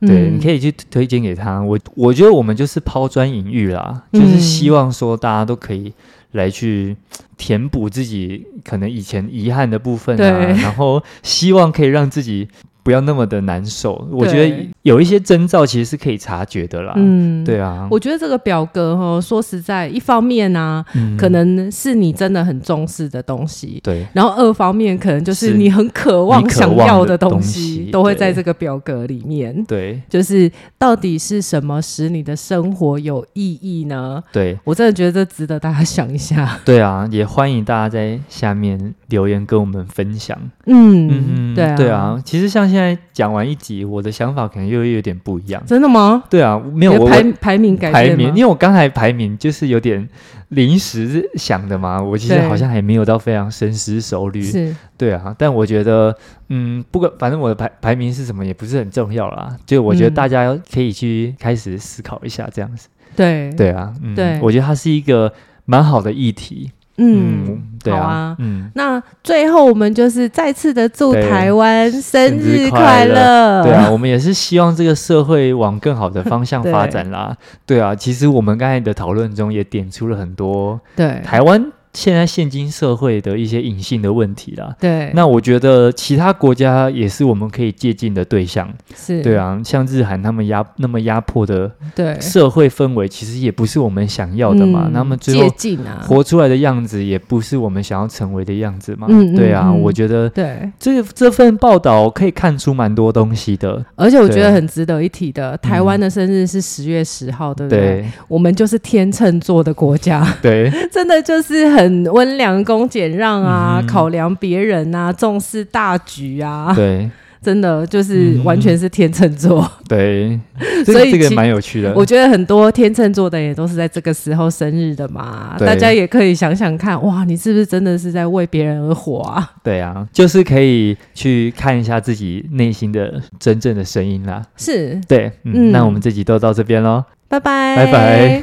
[SPEAKER 1] 嗯
[SPEAKER 2] 对，你可
[SPEAKER 1] 以
[SPEAKER 2] 以去推荐给他。我我觉得我们就是抛砖引玉啦，
[SPEAKER 1] 嗯
[SPEAKER 2] 就是希望说大家都可以来去填补自己可能以前遗憾的部分啊，
[SPEAKER 1] 对
[SPEAKER 2] 然后希望可以让自己不要那么的难受。我觉
[SPEAKER 1] 对
[SPEAKER 2] 得有一些征兆其实是可以察觉的啦。
[SPEAKER 1] 嗯，
[SPEAKER 2] 对啊，
[SPEAKER 1] 我觉得这个表格哈，说实在，一方面呢、
[SPEAKER 2] 嗯
[SPEAKER 1] 可能是你真的很重视的东西。
[SPEAKER 2] 对
[SPEAKER 1] 然后二方面可能就是
[SPEAKER 2] 是
[SPEAKER 1] 你很渴望
[SPEAKER 2] 你渴
[SPEAKER 1] 想
[SPEAKER 2] 望
[SPEAKER 1] 要
[SPEAKER 2] 的
[SPEAKER 1] 的东
[SPEAKER 2] 东
[SPEAKER 1] 西，
[SPEAKER 2] 西
[SPEAKER 1] 都会
[SPEAKER 2] 对
[SPEAKER 1] 在这个表格里面。
[SPEAKER 2] 对
[SPEAKER 1] 就是到底是什么使你的生活有意义呢？
[SPEAKER 2] 对
[SPEAKER 1] 我真的觉得这值得大家想一下。
[SPEAKER 2] 对啊，也欢迎大家在下面留言跟我们分享。
[SPEAKER 1] 嗯，对啊，
[SPEAKER 2] 对，啊，其实像现在讲完一集，我的想法可能又又有点不一样。
[SPEAKER 1] 真的吗？
[SPEAKER 2] 对啊，没有
[SPEAKER 1] 你
[SPEAKER 2] 我
[SPEAKER 1] 的
[SPEAKER 2] 我
[SPEAKER 1] 排排名改
[SPEAKER 2] 排
[SPEAKER 1] 变
[SPEAKER 2] 名，
[SPEAKER 1] 吗
[SPEAKER 2] 因？为我刚才排名就是有点临时想的嘛，我其实
[SPEAKER 1] 对
[SPEAKER 2] 好像还没有到非常深思熟虑。
[SPEAKER 1] 是
[SPEAKER 2] 对啊，但我觉得，嗯，不管反正我的排排名是什么也不是很重要啦，就我觉得
[SPEAKER 1] 嗯
[SPEAKER 2] 大家可以去开始思考一下这样子。
[SPEAKER 1] 对，
[SPEAKER 2] 对啊，嗯，
[SPEAKER 1] 对
[SPEAKER 2] 我觉得它是一个蛮好的议题。
[SPEAKER 1] 嗯。
[SPEAKER 2] 对
[SPEAKER 1] 好
[SPEAKER 2] 啊，
[SPEAKER 1] 啊
[SPEAKER 2] 嗯，
[SPEAKER 1] 那最后我们就是再次的祝
[SPEAKER 2] 对
[SPEAKER 1] 台湾生
[SPEAKER 2] 日
[SPEAKER 1] 日
[SPEAKER 2] 快
[SPEAKER 1] 快乐，
[SPEAKER 2] 对啊，我们也是希望这个社会往更好的 方向发展啦。对啊，其实我们刚才的讨论中也点出了很多
[SPEAKER 1] 对
[SPEAKER 2] 台湾现在现今社会的一些隐性的问题啦。
[SPEAKER 1] 对，
[SPEAKER 2] 那我觉得其他国家也是我们可以借鉴的对象，
[SPEAKER 1] 是
[SPEAKER 2] 对啊，像日韩他们压那么压迫的
[SPEAKER 1] 对
[SPEAKER 2] 社会氛围，其实也不是我们想要的嘛。
[SPEAKER 1] 嗯
[SPEAKER 2] 那么最
[SPEAKER 1] 借
[SPEAKER 2] 后
[SPEAKER 1] 镜啊，
[SPEAKER 2] 活出来的样子，也不是我们想要成为的样子嘛。
[SPEAKER 1] 嗯嗯
[SPEAKER 2] 对啊，
[SPEAKER 1] 嗯
[SPEAKER 2] 我觉得
[SPEAKER 1] 对，
[SPEAKER 2] 这这份报道可以看出蛮多东西的。
[SPEAKER 1] 而且我觉
[SPEAKER 2] 对
[SPEAKER 1] 得很值得一提的，台湾的生日是十月十号，对不对？
[SPEAKER 2] 啊对
[SPEAKER 1] 我们就是天秤座的国家，
[SPEAKER 2] 对，
[SPEAKER 1] 真的就是很温良恭俭让啊，
[SPEAKER 2] 嗯
[SPEAKER 1] 考量别人啊，重视大局啊，
[SPEAKER 2] 对
[SPEAKER 1] 真的就是
[SPEAKER 2] 嗯
[SPEAKER 1] 完全是天秤座。
[SPEAKER 2] 对，这
[SPEAKER 1] 所
[SPEAKER 2] 个
[SPEAKER 1] 以
[SPEAKER 2] 这个
[SPEAKER 1] 其
[SPEAKER 2] 蛮有趣的。
[SPEAKER 1] 我觉得很多天秤座的也都是在这个时候生日的嘛，
[SPEAKER 2] 对
[SPEAKER 1] 大家也可以想想看，哇，你是不是真的是在为别人而活啊？
[SPEAKER 2] 对啊，就是可以去看一下自己内心的真正的声音啦。
[SPEAKER 1] 是，
[SPEAKER 2] 对，嗯，那
[SPEAKER 1] 嗯
[SPEAKER 2] 我们这集都到这边喽。
[SPEAKER 1] 拜拜，
[SPEAKER 2] 拜拜。